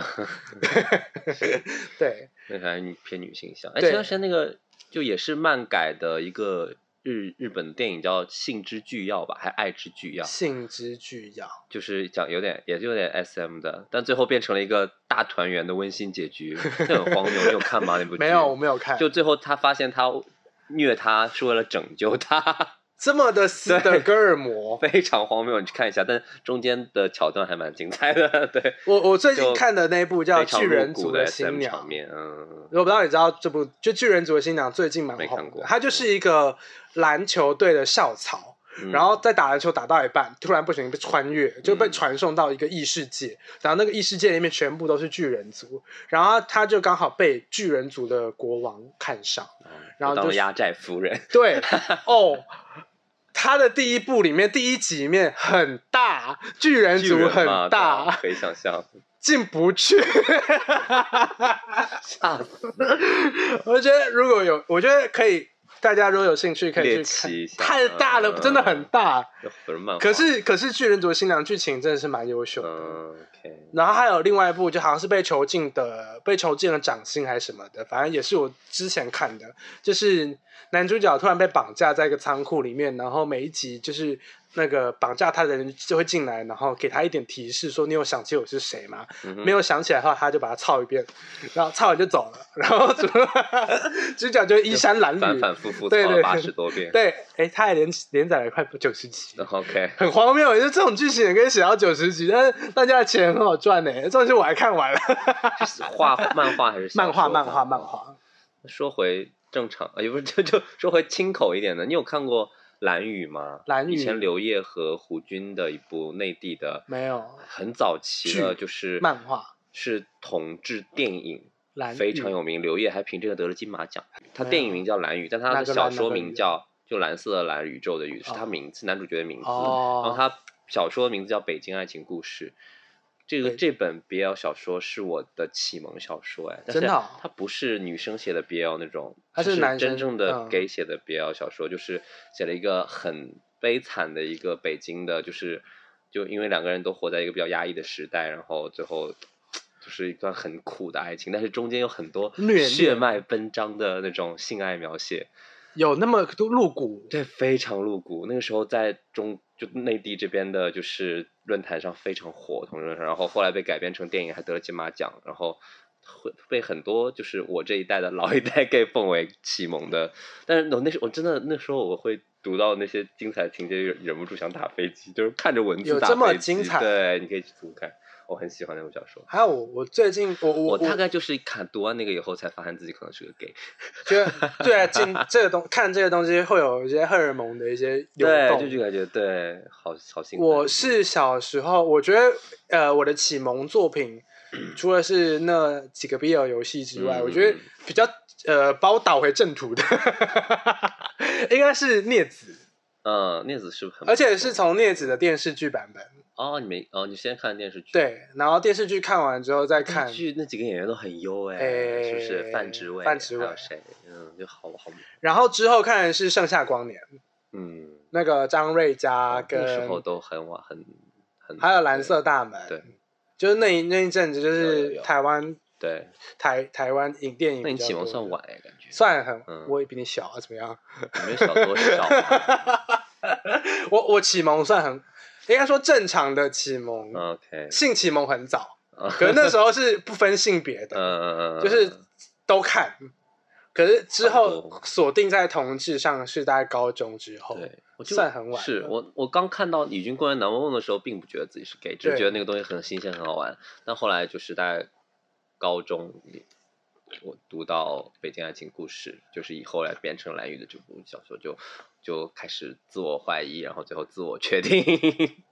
[SPEAKER 1] [laughs] 对，
[SPEAKER 2] 那还是女偏女性向。哎，
[SPEAKER 1] 对
[SPEAKER 2] 前段时间那个就也是漫改的一个日日本电影叫《性之巨药》吧，还《爱之巨药》，
[SPEAKER 1] 性之巨要。
[SPEAKER 2] 就是讲有点也是有点 S M 的，但最后变成了一个大团圆的温馨结
[SPEAKER 1] [laughs]
[SPEAKER 2] 局，这很荒谬。你有看吗？那部剧
[SPEAKER 1] 没有，我没有看。
[SPEAKER 2] 就最后他发现他虐他是为了拯救他，
[SPEAKER 1] [laughs]
[SPEAKER 2] [laughs]
[SPEAKER 1] 这么的斯德哥尔摩。
[SPEAKER 2] 非常荒谬，你去看一下，但中间的桥段还蛮精彩的，对，
[SPEAKER 1] 我我最近
[SPEAKER 2] 就
[SPEAKER 1] 看的那一部叫
[SPEAKER 2] 非
[SPEAKER 1] 《巨
[SPEAKER 2] 常
[SPEAKER 1] 人
[SPEAKER 2] 露
[SPEAKER 1] 族
[SPEAKER 2] 骨
[SPEAKER 1] 的
[SPEAKER 2] SM
[SPEAKER 1] 新娘
[SPEAKER 2] 场》，面，嗯，
[SPEAKER 1] 我不知道你知道这部就《巨人族的新娘》最近蛮
[SPEAKER 2] 没看
[SPEAKER 1] 红的
[SPEAKER 2] 过，
[SPEAKER 1] 她就是一个篮球队的校草，
[SPEAKER 2] 嗯
[SPEAKER 1] 然后在打篮球打到一半，突然不小心被穿越，就被
[SPEAKER 2] 嗯
[SPEAKER 1] 传送到一个异世界，然后那个异世界里面全部都是巨人族，然后他就刚好被巨人族的国王看上，然后
[SPEAKER 2] 嗯当
[SPEAKER 1] 就
[SPEAKER 2] 了
[SPEAKER 1] 是
[SPEAKER 2] 压寨夫人，
[SPEAKER 1] 对哦。他的第一部里面第一集里面很大， [laughs] 巨人
[SPEAKER 2] 巨
[SPEAKER 1] 族
[SPEAKER 2] 人
[SPEAKER 1] 很
[SPEAKER 2] 嘛对
[SPEAKER 1] 大
[SPEAKER 2] 啊，可以想象，
[SPEAKER 1] 进不去。 [laughs]
[SPEAKER 2] 吓死，
[SPEAKER 1] 我觉得如果有，我觉得可以，大家如果有兴趣可以
[SPEAKER 2] 猎
[SPEAKER 1] 去看
[SPEAKER 2] 奇一，下
[SPEAKER 1] 太大了，
[SPEAKER 2] 嗯
[SPEAKER 1] 真的很大。
[SPEAKER 2] 有很漫画，
[SPEAKER 1] 可是可是《巨人族的新娘》剧情真的是蛮优秀的。
[SPEAKER 2] 嗯，OK，
[SPEAKER 1] 然后还有另外一部，就好像是被囚禁的，被囚禁了掌心还是什么的，反正也是我之前看的，就是男主角突然被绑架在一个仓库里面，然后每一集就是那个绑架他的人就会进来，然后给他一点提示，说你有想起我是谁吗？
[SPEAKER 2] 嗯哼
[SPEAKER 1] 没有想起来的话，他就把他操一遍，然后操完就走了，然后主主角就衣衫褴
[SPEAKER 2] 反反
[SPEAKER 1] 褛，
[SPEAKER 2] 复复
[SPEAKER 1] 对
[SPEAKER 2] 操了
[SPEAKER 1] 对
[SPEAKER 2] 八十多遍
[SPEAKER 1] 对，哎，他也连连载了快九十集。
[SPEAKER 2] ，OK，
[SPEAKER 1] 很荒谬，就这种剧情也可以写到九十集，但是大家的钱很好赚呢。这种剧我还看完了，
[SPEAKER 2] 是画漫画还是小
[SPEAKER 1] 漫画，
[SPEAKER 2] 说
[SPEAKER 1] 漫画，漫。画。
[SPEAKER 2] 说回正常，呃也不是，就就说回清口一点的，你有看过《蓝雨》吗？
[SPEAKER 1] 蓝雨
[SPEAKER 2] 以前刘烨和胡军的一部内地的，
[SPEAKER 1] 没有
[SPEAKER 2] 很早期的，
[SPEAKER 1] 剧
[SPEAKER 2] 就是
[SPEAKER 1] 漫画，
[SPEAKER 2] 是同志电影，
[SPEAKER 1] 蓝
[SPEAKER 2] 非常
[SPEAKER 1] 雨
[SPEAKER 2] 有名。刘烨还凭这个得了金马奖。他
[SPEAKER 1] 没
[SPEAKER 2] 电影
[SPEAKER 1] 有
[SPEAKER 2] 名叫《蓝雨》，但
[SPEAKER 1] 哪
[SPEAKER 2] 他的
[SPEAKER 1] 个
[SPEAKER 2] 小
[SPEAKER 1] 蓝哪
[SPEAKER 2] 说
[SPEAKER 1] 个
[SPEAKER 2] 名
[SPEAKER 1] 雨
[SPEAKER 2] 叫就蓝色的蓝，宇宙的宇是他
[SPEAKER 1] 哦
[SPEAKER 2] 名字，男主角的名字。然后
[SPEAKER 1] 哦，
[SPEAKER 2] 他小说的名字叫《北京爱情故事》，这个
[SPEAKER 1] 北
[SPEAKER 2] 这本 BL 小说是我的启蒙小说，哎，但
[SPEAKER 1] 真
[SPEAKER 2] 是
[SPEAKER 1] 的哦
[SPEAKER 2] 它不是女生写的 BL 那种，
[SPEAKER 1] 它
[SPEAKER 2] 就是
[SPEAKER 1] 男生
[SPEAKER 2] 真正的
[SPEAKER 1] 嗯
[SPEAKER 2] gay 写的 BL 小说，就是写了一个很悲惨的一个北京的，就是就因为两个人都活在一个比较压抑的时代，然后最后。就是一段很苦的爱情，但是中间有很多
[SPEAKER 1] 虐恋
[SPEAKER 2] 血脉奔张的那种性爱描写，
[SPEAKER 1] 有那么多露骨，
[SPEAKER 2] 对，非常露骨。那个时候在中就内地这边的，就是论坛上非常火，同志论坛。然后后来被改编成电影，还得了金马奖。然后会被很多就是我这一代的老一代 [laughs] gay 奉为启蒙的。但是我那时候我真的那时候我会读到那些精彩情节，忍忍不住想打飞机，就是看着文字
[SPEAKER 1] 有
[SPEAKER 2] 打
[SPEAKER 1] 这么
[SPEAKER 2] 飞
[SPEAKER 1] 精
[SPEAKER 2] 机
[SPEAKER 1] 彩
[SPEAKER 2] 对，你可以去读看。我很喜欢那本小说。
[SPEAKER 1] 还有我，我最近我我
[SPEAKER 2] 我大概就是看读完那个以后，才发现自己可能是个 gay。
[SPEAKER 1] 觉得对啊，
[SPEAKER 2] [laughs]
[SPEAKER 1] 进这个东看这个东西会有一些荷尔蒙的一些流
[SPEAKER 2] 对，
[SPEAKER 1] 动，
[SPEAKER 2] 就就感觉对，好好兴奋。
[SPEAKER 1] 我是小时候，我觉得呃，我的启蒙作品除了是那几个 BL 游戏之外，
[SPEAKER 2] 嗯
[SPEAKER 1] 我觉得比较呃把我导回正途的， [laughs] 应该是聂子，
[SPEAKER 2] 嗯，聂子是很不错，
[SPEAKER 1] 而且是从聂子的电视剧版本。
[SPEAKER 2] 哦，你没哦，你先看电视剧。
[SPEAKER 1] 对，然后电视剧看完之后再
[SPEAKER 2] 电
[SPEAKER 1] 看
[SPEAKER 2] 视，剧那几个演员都很优哎、是不是？
[SPEAKER 1] 哎
[SPEAKER 2] 范植伟，
[SPEAKER 1] 范植
[SPEAKER 2] 还
[SPEAKER 1] 伟
[SPEAKER 2] 有谁？嗯，就好好，
[SPEAKER 1] 然后之后看的是《盛夏光年》，
[SPEAKER 2] 嗯，
[SPEAKER 1] 那个张瑞佳
[SPEAKER 2] 哦那时
[SPEAKER 1] 跟
[SPEAKER 2] 候都很晚，很很，
[SPEAKER 1] 还有《蓝色大门》，
[SPEAKER 2] 对，
[SPEAKER 1] 就是那一那一阵子就
[SPEAKER 2] 有有
[SPEAKER 1] 是
[SPEAKER 2] 有
[SPEAKER 1] 台湾
[SPEAKER 2] 对，
[SPEAKER 1] 台台湾影电影
[SPEAKER 2] 那
[SPEAKER 1] 比
[SPEAKER 2] 你
[SPEAKER 1] 较
[SPEAKER 2] 启
[SPEAKER 1] 多的，
[SPEAKER 2] 蒙算晚哎、感觉
[SPEAKER 1] 算很，
[SPEAKER 2] 嗯
[SPEAKER 1] 我也比你小啊，怎么样？
[SPEAKER 2] 你们小多
[SPEAKER 1] [laughs]
[SPEAKER 2] 少啊
[SPEAKER 1] 我我启蒙算很，应该说正常的启蒙，
[SPEAKER 2] 嗯？OK，
[SPEAKER 1] 性启蒙很早，
[SPEAKER 2] 嗯
[SPEAKER 1] 可是那时候是不分性别的，
[SPEAKER 2] 嗯，
[SPEAKER 1] 就是都看。可是之
[SPEAKER 2] 差不
[SPEAKER 1] 后
[SPEAKER 2] 多
[SPEAKER 1] 锁定在同志上是大概高中之后，
[SPEAKER 2] 对，哦我就
[SPEAKER 1] 算很晚
[SPEAKER 2] 是
[SPEAKER 1] 了
[SPEAKER 2] 我我刚看到《与君共圆难忘》的时候，并不觉得自己是 gay，只是
[SPEAKER 1] 对
[SPEAKER 2] 觉得那个东西很新鲜，很好玩。但后来就是在高中，我读到《北京爱情故事》，就是以后来变成蓝宇的这部小说就，就开始自我怀疑，然后最后自我确定。 [laughs]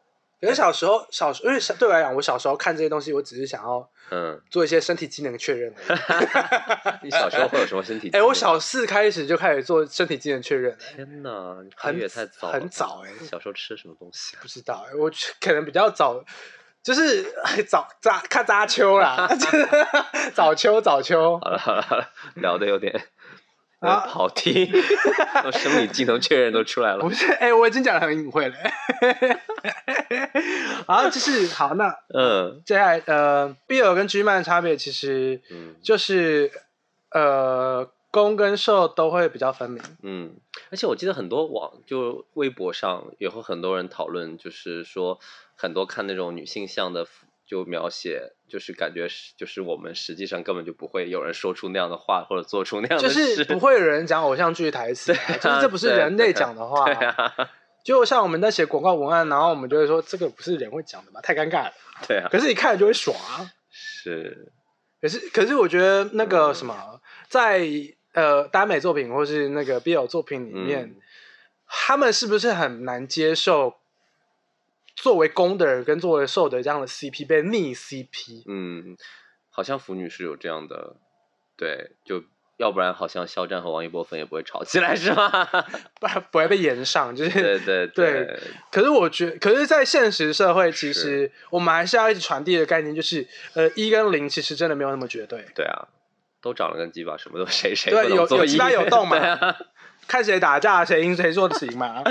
[SPEAKER 1] 可是小时候小时候，因为小对我来讲，我小时候看这些东西，我只是想要
[SPEAKER 2] 嗯，
[SPEAKER 1] 做一些身体机能确认而已。
[SPEAKER 2] 你小时候会有什么身体
[SPEAKER 1] 哎、
[SPEAKER 2] 经历？
[SPEAKER 1] 我小四开始就开始做身体机能确认了，
[SPEAKER 2] 天哪，你
[SPEAKER 1] 很
[SPEAKER 2] 这也太早了吧，
[SPEAKER 1] 很早哎
[SPEAKER 2] 小时候吃的什么东西啊？
[SPEAKER 1] 不知道，哎我可能比较早，就是 [laughs] 早早看扎秋啦， [laughs] 就是早秋早秋。
[SPEAKER 2] 好了好了好了，聊的有点有点
[SPEAKER 1] 啊
[SPEAKER 2] 跑
[SPEAKER 1] [laughs]
[SPEAKER 2] 题，我生理技能确认都出来了
[SPEAKER 1] 不。是，哎、我已经讲的很隐晦了。 [laughs] 好，就是好，那
[SPEAKER 2] 嗯。
[SPEAKER 1] 接下来呃，BL 跟 G 漫的差别其实
[SPEAKER 2] 嗯
[SPEAKER 1] 就是呃，攻跟受都会比较分明。
[SPEAKER 2] 嗯，而且我记得很多网就微博上也会很多人讨论，就是说很多看那种女性向的就描写，就是感觉是，就是我们实际上根本就不会有人说出那样的话，或者做出那样
[SPEAKER 1] 就
[SPEAKER 2] 的事。
[SPEAKER 1] 是不会有人讲偶像剧台词啊、就是这不是
[SPEAKER 2] 对
[SPEAKER 1] 人
[SPEAKER 2] 对
[SPEAKER 1] 类讲的话、
[SPEAKER 2] 对啊，
[SPEAKER 1] 就像我们在写广告文案，然后我们就会说这个不是人会讲的吧，太尴尬了。
[SPEAKER 2] 对啊，
[SPEAKER 1] 可是你看了就会爽啊。
[SPEAKER 2] 是，
[SPEAKER 1] 可是可是我觉得那个什么，在呃耽美作品或是那个 BL 作品里面，
[SPEAKER 2] 嗯
[SPEAKER 1] 他们是不是很难接受作为攻的人跟作为受的这样的 CP 被逆 CP？
[SPEAKER 2] 嗯，好像腐女是有这样的，对，就要不然好像肖战和王一博粉也不会吵起来，是吗？
[SPEAKER 1] 不然不会被延上，就是
[SPEAKER 2] [laughs] 对对
[SPEAKER 1] 对可是我觉可是，在现实社会，其实我们还是要一直传递的概念，就是呃，一跟零其实真的没有那么绝对，
[SPEAKER 2] 对啊，都长了根鸡巴，什么都谁谁
[SPEAKER 1] 对
[SPEAKER 2] 不能
[SPEAKER 1] 有
[SPEAKER 2] 做
[SPEAKER 1] 有
[SPEAKER 2] 一
[SPEAKER 1] 鸡
[SPEAKER 2] [laughs]
[SPEAKER 1] 巴有洞嘛
[SPEAKER 2] 对啊
[SPEAKER 1] 看谁打架谁赢谁做的行嘛。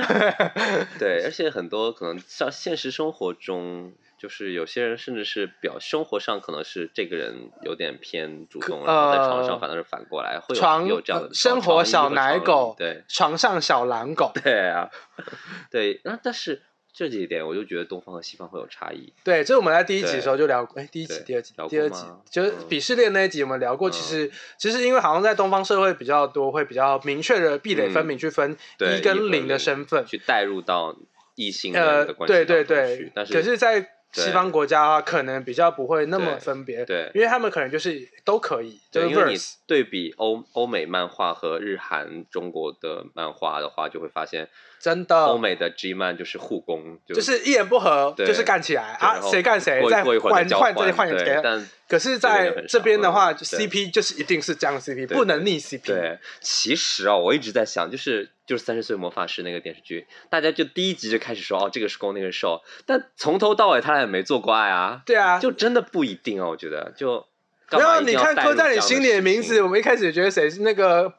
[SPEAKER 2] 对，而且很多可能像现实生活中，就是有些人甚至是表生活上可能是这个人有点偏主动，然后在床
[SPEAKER 1] 呃
[SPEAKER 2] 上反而是反过来，会有
[SPEAKER 1] 床呃
[SPEAKER 2] 有这样的
[SPEAKER 1] 生
[SPEAKER 2] 床床
[SPEAKER 1] 活
[SPEAKER 2] 衣
[SPEAKER 1] 小
[SPEAKER 2] 和
[SPEAKER 1] 奶
[SPEAKER 2] 床
[SPEAKER 1] 狗
[SPEAKER 2] 对
[SPEAKER 1] 床上小狼狗，
[SPEAKER 2] 对啊， [laughs] 对，那但是这几点我就觉得东方和西方会有差异，
[SPEAKER 1] 对，这我们在第一集的时候就聊过，哎，第一集、
[SPEAKER 2] 对
[SPEAKER 1] 第二集
[SPEAKER 2] 聊、过
[SPEAKER 1] 第二集
[SPEAKER 2] 吗，
[SPEAKER 1] 就是
[SPEAKER 2] 嗯
[SPEAKER 1] 鄙视链那一集我们聊过。
[SPEAKER 2] 嗯
[SPEAKER 1] 其实，其实因为好像在东方社会比较多，会比较明确的壁垒分明去分
[SPEAKER 2] 嗯对，
[SPEAKER 1] 一跟零的身份。
[SPEAKER 2] 去带入到异性恋
[SPEAKER 1] 呃
[SPEAKER 2] 的，关系
[SPEAKER 1] 对对
[SPEAKER 2] 当中
[SPEAKER 1] 对
[SPEAKER 2] 去，但，是
[SPEAKER 1] 可是，在
[SPEAKER 2] 对
[SPEAKER 1] 西方国家的话，可能比较不会那么
[SPEAKER 2] 对
[SPEAKER 1] 分别，
[SPEAKER 2] 对
[SPEAKER 1] 因为他们可能就是都可以，就
[SPEAKER 2] 对，
[SPEAKER 1] 是
[SPEAKER 2] 因为你
[SPEAKER 1] verse。
[SPEAKER 2] 对比欧欧美漫画和日韩中国的漫画的话，就会发现
[SPEAKER 1] 真的
[SPEAKER 2] 欧美的 G 漫就是互攻，就
[SPEAKER 1] 就是一言不合
[SPEAKER 2] 对
[SPEAKER 1] 就是干起来
[SPEAKER 2] 对
[SPEAKER 1] 啊，
[SPEAKER 2] 然后
[SPEAKER 1] 谁干谁，
[SPEAKER 2] 过
[SPEAKER 1] 再
[SPEAKER 2] 过一会儿
[SPEAKER 1] 换
[SPEAKER 2] 交
[SPEAKER 1] 换
[SPEAKER 2] 换
[SPEAKER 1] 再换
[SPEAKER 2] 对
[SPEAKER 1] 谁。
[SPEAKER 2] 但
[SPEAKER 1] 可是，
[SPEAKER 2] 这边
[SPEAKER 1] 在
[SPEAKER 2] 就很
[SPEAKER 1] 这边的
[SPEAKER 2] 少
[SPEAKER 1] 话
[SPEAKER 2] 嗯
[SPEAKER 1] 就
[SPEAKER 2] 对
[SPEAKER 1] ，CP 就是一定是这样 CP，
[SPEAKER 2] 对
[SPEAKER 1] 不能逆 CP。
[SPEAKER 2] 对，其实啊，我一直在想，就是就是《三十岁魔法师》那个电视剧，大家就第一集就开始说哦，这个是攻，那个是受，但从头到尾他俩也没做过爱啊，
[SPEAKER 1] 对啊，
[SPEAKER 2] 就真的不一定啊，我觉得就。干
[SPEAKER 1] 没
[SPEAKER 2] 嘛
[SPEAKER 1] 有，
[SPEAKER 2] 一
[SPEAKER 1] 啊你
[SPEAKER 2] 定要
[SPEAKER 1] 看
[SPEAKER 2] 带
[SPEAKER 1] 刻
[SPEAKER 2] 入
[SPEAKER 1] 在
[SPEAKER 2] 这
[SPEAKER 1] 你
[SPEAKER 2] 样的
[SPEAKER 1] 心里的
[SPEAKER 2] 事
[SPEAKER 1] 名
[SPEAKER 2] 情
[SPEAKER 1] 字，我们一开始觉得谁是那个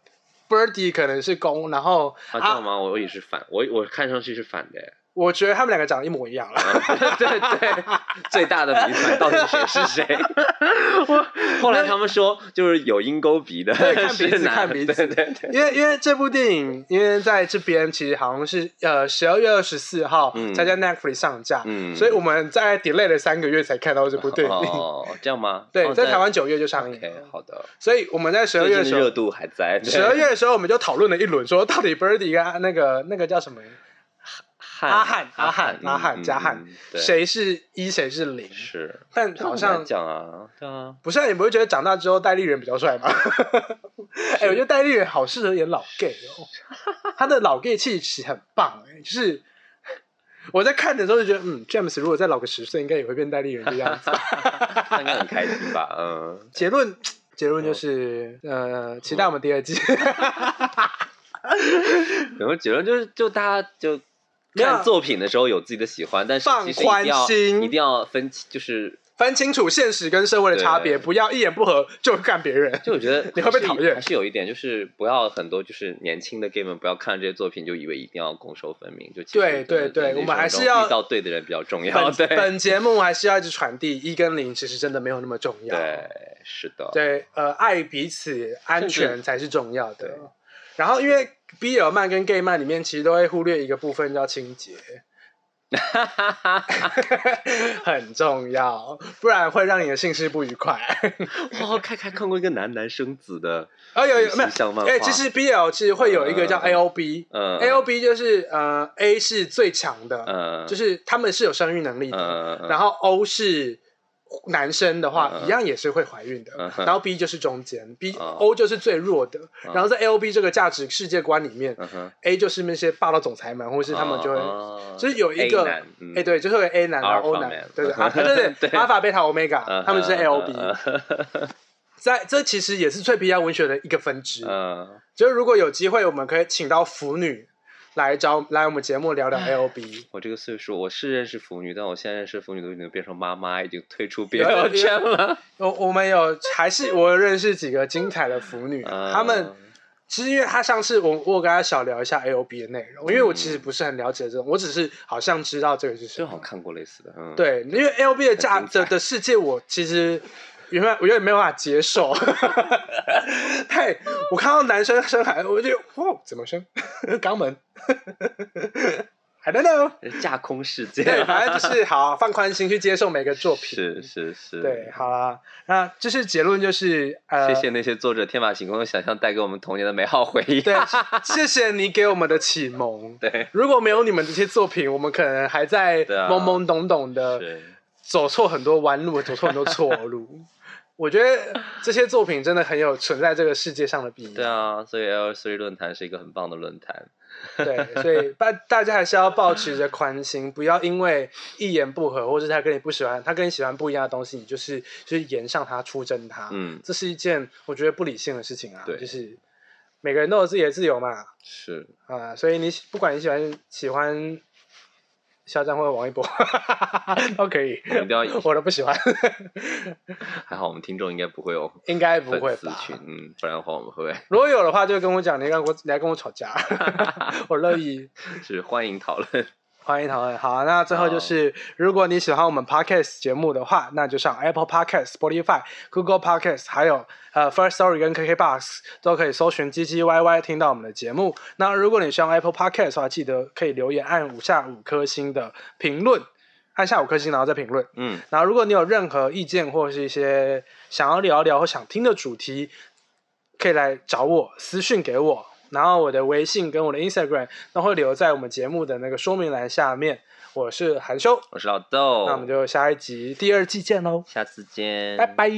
[SPEAKER 1] Birdy 可能是公，然后
[SPEAKER 2] 啊？这样吗？我我也是反，我我看上去是反的。
[SPEAKER 1] 我觉得他们两个长得一模一
[SPEAKER 2] [laughs]
[SPEAKER 1] 样了。
[SPEAKER 2] 对对对，最大的谜团到底谁是谁？我后来他们说，就是有鹰钩鼻的，
[SPEAKER 1] 对看鼻
[SPEAKER 2] 是
[SPEAKER 1] 子
[SPEAKER 2] 男
[SPEAKER 1] 看
[SPEAKER 2] 的
[SPEAKER 1] 鼻子
[SPEAKER 2] 对对对，
[SPEAKER 1] [laughs] 因为因为这部电影，因为在这边其实好像是呃十二月二十四号
[SPEAKER 2] 嗯
[SPEAKER 1] 才在 Netflix 上架，
[SPEAKER 2] 嗯
[SPEAKER 1] 所以我们在 delay 了三个月才看到这部电影。
[SPEAKER 2] 哦，这样吗？
[SPEAKER 1] 对，
[SPEAKER 2] 哦
[SPEAKER 1] 在台湾九月就上映
[SPEAKER 2] OK，
[SPEAKER 1] 了，
[SPEAKER 2] 好的，
[SPEAKER 1] 所以我们在十二
[SPEAKER 2] 最
[SPEAKER 1] 月
[SPEAKER 2] 近的
[SPEAKER 1] 的时
[SPEAKER 2] 热
[SPEAKER 1] 候，
[SPEAKER 2] 度还在。对
[SPEAKER 1] 十二月的时候我们就讨论了一轮，说到底 Birdy 跟那个那个叫什么
[SPEAKER 2] 汉
[SPEAKER 1] 阿汉阿汉阿
[SPEAKER 2] 阿
[SPEAKER 1] 汉加汉，
[SPEAKER 2] 嗯对
[SPEAKER 1] 谁是一谁是零？
[SPEAKER 2] 是？
[SPEAKER 1] 但
[SPEAKER 2] 这
[SPEAKER 1] [laughs] 好
[SPEAKER 2] 很
[SPEAKER 1] 像
[SPEAKER 2] 难讲啊，对啊，
[SPEAKER 1] 不是、啊、你不会觉得长大之后戴立人比较帅吗？ [laughs] 哎、我觉得戴立人好适合演老 gay
[SPEAKER 2] [laughs]
[SPEAKER 1] 哦，他的老 gay 气质很棒、哎，就是我在看的时候就觉得，嗯，James 如果再老个十岁，应该也会变戴立人这样
[SPEAKER 2] [laughs]
[SPEAKER 1] 子。
[SPEAKER 2] 那应该很开心吧？嗯，
[SPEAKER 1] 结论，结论
[SPEAKER 2] 哦
[SPEAKER 1] 就是，呃，期待我们第二季。 [laughs]
[SPEAKER 2] 有个结论就是，就大家就
[SPEAKER 1] 没有
[SPEAKER 2] 看作品的时候有自己的喜欢，但是
[SPEAKER 1] 放
[SPEAKER 2] 其实一定要
[SPEAKER 1] 宽心
[SPEAKER 2] 一定要分清，就是
[SPEAKER 1] 分清楚现实跟社会的差别，
[SPEAKER 2] 对
[SPEAKER 1] 不要一言不合就干别
[SPEAKER 2] [laughs]
[SPEAKER 1] 人。
[SPEAKER 2] 就我觉得
[SPEAKER 1] [laughs] 你会不会
[SPEAKER 2] 还是
[SPEAKER 1] 讨厌
[SPEAKER 2] 还是有一点，就是不要很多，就是年轻的 gay 们不要看这些作品就以为一定要攻守分明，就其实可
[SPEAKER 1] 对
[SPEAKER 2] 能
[SPEAKER 1] 对对
[SPEAKER 2] 人生
[SPEAKER 1] 我们还是
[SPEAKER 2] 中
[SPEAKER 1] 要
[SPEAKER 2] 遇到对的人比较重要。
[SPEAKER 1] 本
[SPEAKER 2] 哦对
[SPEAKER 1] 本节目还是要一直传递一跟零，其实真的没有那么重要。
[SPEAKER 2] 对，是的，
[SPEAKER 1] 对，呃，爱彼此安
[SPEAKER 2] 甚
[SPEAKER 1] 全
[SPEAKER 2] 至
[SPEAKER 1] 才是重要的
[SPEAKER 2] 对。啊
[SPEAKER 1] 然后，因为 BL 漫跟 gay 漫里面其实都会忽略一个部分叫清洁， [laughs] 很重要，不然会让你的性事不愉快。
[SPEAKER 2] 我看看看过一个男男生子
[SPEAKER 1] [laughs]
[SPEAKER 2] 的，
[SPEAKER 1] 啊，有有
[SPEAKER 2] 形
[SPEAKER 1] 没有？
[SPEAKER 2] 象漫画
[SPEAKER 1] 哎、其实 BL 其实会有一个叫
[SPEAKER 2] 嗯
[SPEAKER 1] AOB，AOB、
[SPEAKER 2] 嗯
[SPEAKER 1] AOB 就是呃 A 是最强的，
[SPEAKER 2] 嗯，
[SPEAKER 1] 就是他们是有生育能力的，
[SPEAKER 2] 嗯嗯
[SPEAKER 1] 然后 O 是男生的话，
[SPEAKER 2] 嗯嗯
[SPEAKER 1] 一样也是会怀孕的。
[SPEAKER 2] 嗯哼
[SPEAKER 1] 然后 B 就是中间，B、
[SPEAKER 2] 嗯
[SPEAKER 1] O 就是最弱的。然后在 L B 这个价值世界观里面、
[SPEAKER 2] 嗯哼，
[SPEAKER 1] a 就是那些霸道总裁们，或是他们就会。
[SPEAKER 2] 会
[SPEAKER 1] 就是有一个，
[SPEAKER 2] A
[SPEAKER 1] 哎
[SPEAKER 2] 男、嗯
[SPEAKER 1] 对，就是有 A 男然后 O
[SPEAKER 2] Alpha
[SPEAKER 1] 男
[SPEAKER 2] man，
[SPEAKER 1] 对对，
[SPEAKER 2] 嗯
[SPEAKER 1] 啊对对，
[SPEAKER 2] [laughs] 对
[SPEAKER 1] 阿法、贝塔、欧米伽，
[SPEAKER 2] 嗯
[SPEAKER 1] 他们是 L B，
[SPEAKER 2] 嗯
[SPEAKER 1] 在这其实也是脆皮亚文学的一个分支。
[SPEAKER 2] 嗯，
[SPEAKER 1] 就是如果有机会，我们可以请到腐女来找来我们节目聊聊 L B。
[SPEAKER 2] 我这个岁数，我是认识腐女，但我现在认识腐女都已经变成妈妈，已经退
[SPEAKER 1] [laughs]
[SPEAKER 2] 出
[SPEAKER 1] 有有
[SPEAKER 2] BL 圈了。
[SPEAKER 1] 我我们有还是我认识几个精彩的腐女，
[SPEAKER 2] 嗯
[SPEAKER 1] 她们其实因为她上次我我有跟她小聊一下 L B 的内容，因为
[SPEAKER 2] 嗯
[SPEAKER 1] 我其实不是很了解这种，我只是好像知道这个是什
[SPEAKER 2] 正好
[SPEAKER 1] 么。
[SPEAKER 2] 看过类似的，嗯，
[SPEAKER 1] 对，因为 L B 的价
[SPEAKER 2] 哦很精彩
[SPEAKER 1] 的的世界，我其实原本我有点没有办法接受， [laughs] 太哦 [laughs] 我看到男生生孩子，我就哇怎么生肛门， I don't know。
[SPEAKER 2] 呃架空啊世界，
[SPEAKER 1] 对，
[SPEAKER 2] [laughs]
[SPEAKER 1] 反正就是好放宽心去接受每个作品。
[SPEAKER 2] 是是是，
[SPEAKER 1] 对，好啦，那就是结论就是呃，
[SPEAKER 2] 谢谢那些作者天马行空的想象带给我们童年的美好回忆。
[SPEAKER 1] [laughs] 对，谢谢你给我们的启蒙。
[SPEAKER 2] 对，
[SPEAKER 1] 如果没有你们这些作品，我们可能还在
[SPEAKER 2] 对啊
[SPEAKER 1] 懵懵懂懂的
[SPEAKER 2] 是
[SPEAKER 1] 走错很多弯路，走错很多错路。我觉得这些作品真的很有存在这个世界上的必
[SPEAKER 2] 对
[SPEAKER 1] 要。
[SPEAKER 2] 啊，所以 L 3论坛是一个很棒的论坛。
[SPEAKER 1] 对，
[SPEAKER 2] [laughs]
[SPEAKER 1] 所以大大家还是要保持着宽心，不要因为一言不合，或者是他跟你不喜欢，他跟你喜欢不一样的东西，你就是就是言上他，出征他。
[SPEAKER 2] 嗯，
[SPEAKER 1] [laughs] 这是一件我觉得不理性的事情啊。
[SPEAKER 2] 对
[SPEAKER 1] 就是每个人都有自己的自由嘛，啊、
[SPEAKER 2] 是
[SPEAKER 1] 所以你喜不管你喜欢喜欢肖战或者王一博 [laughs] 都可以
[SPEAKER 2] 我，们一定要， [laughs]
[SPEAKER 1] 我都不喜欢， [laughs]
[SPEAKER 2] 还好我们听众应该不会有
[SPEAKER 1] 应该 [laughs] 不会
[SPEAKER 2] 粉丝
[SPEAKER 1] 吧？
[SPEAKER 2] 群，嗯，不然的话我们
[SPEAKER 1] [laughs]
[SPEAKER 2] 会 [laughs]
[SPEAKER 1] 如果有的话，就跟我讲，你来跟我你来跟我吵架， [laughs] 我乐意。
[SPEAKER 2] 是欢迎讨论。
[SPEAKER 1] 欢迎讨论。好，那最后就是，如果你喜欢我们 podcast 节目的话，那就上 Apple Podcast、Spotify、Google Podcast，还有呃 First Story 跟 KKBox 都可以搜寻“唧唧歪歪”听到我们的节目。那如果你是用 Apple Podcast 的话，记得可以留言按五下五颗星的评论，按下五颗星然后再评论。
[SPEAKER 2] 嗯，
[SPEAKER 1] 然后，如果你有任何意见或是一些想要聊聊或想听的主题，可以来找我私讯给我。然后我的微信跟我的 Instagram 都会留在我们节目的那个说明栏下面。我是韩修，
[SPEAKER 2] 我是老豆，
[SPEAKER 1] 那我们就下一集第二季见喽，
[SPEAKER 2] 下次见，
[SPEAKER 1] 拜拜。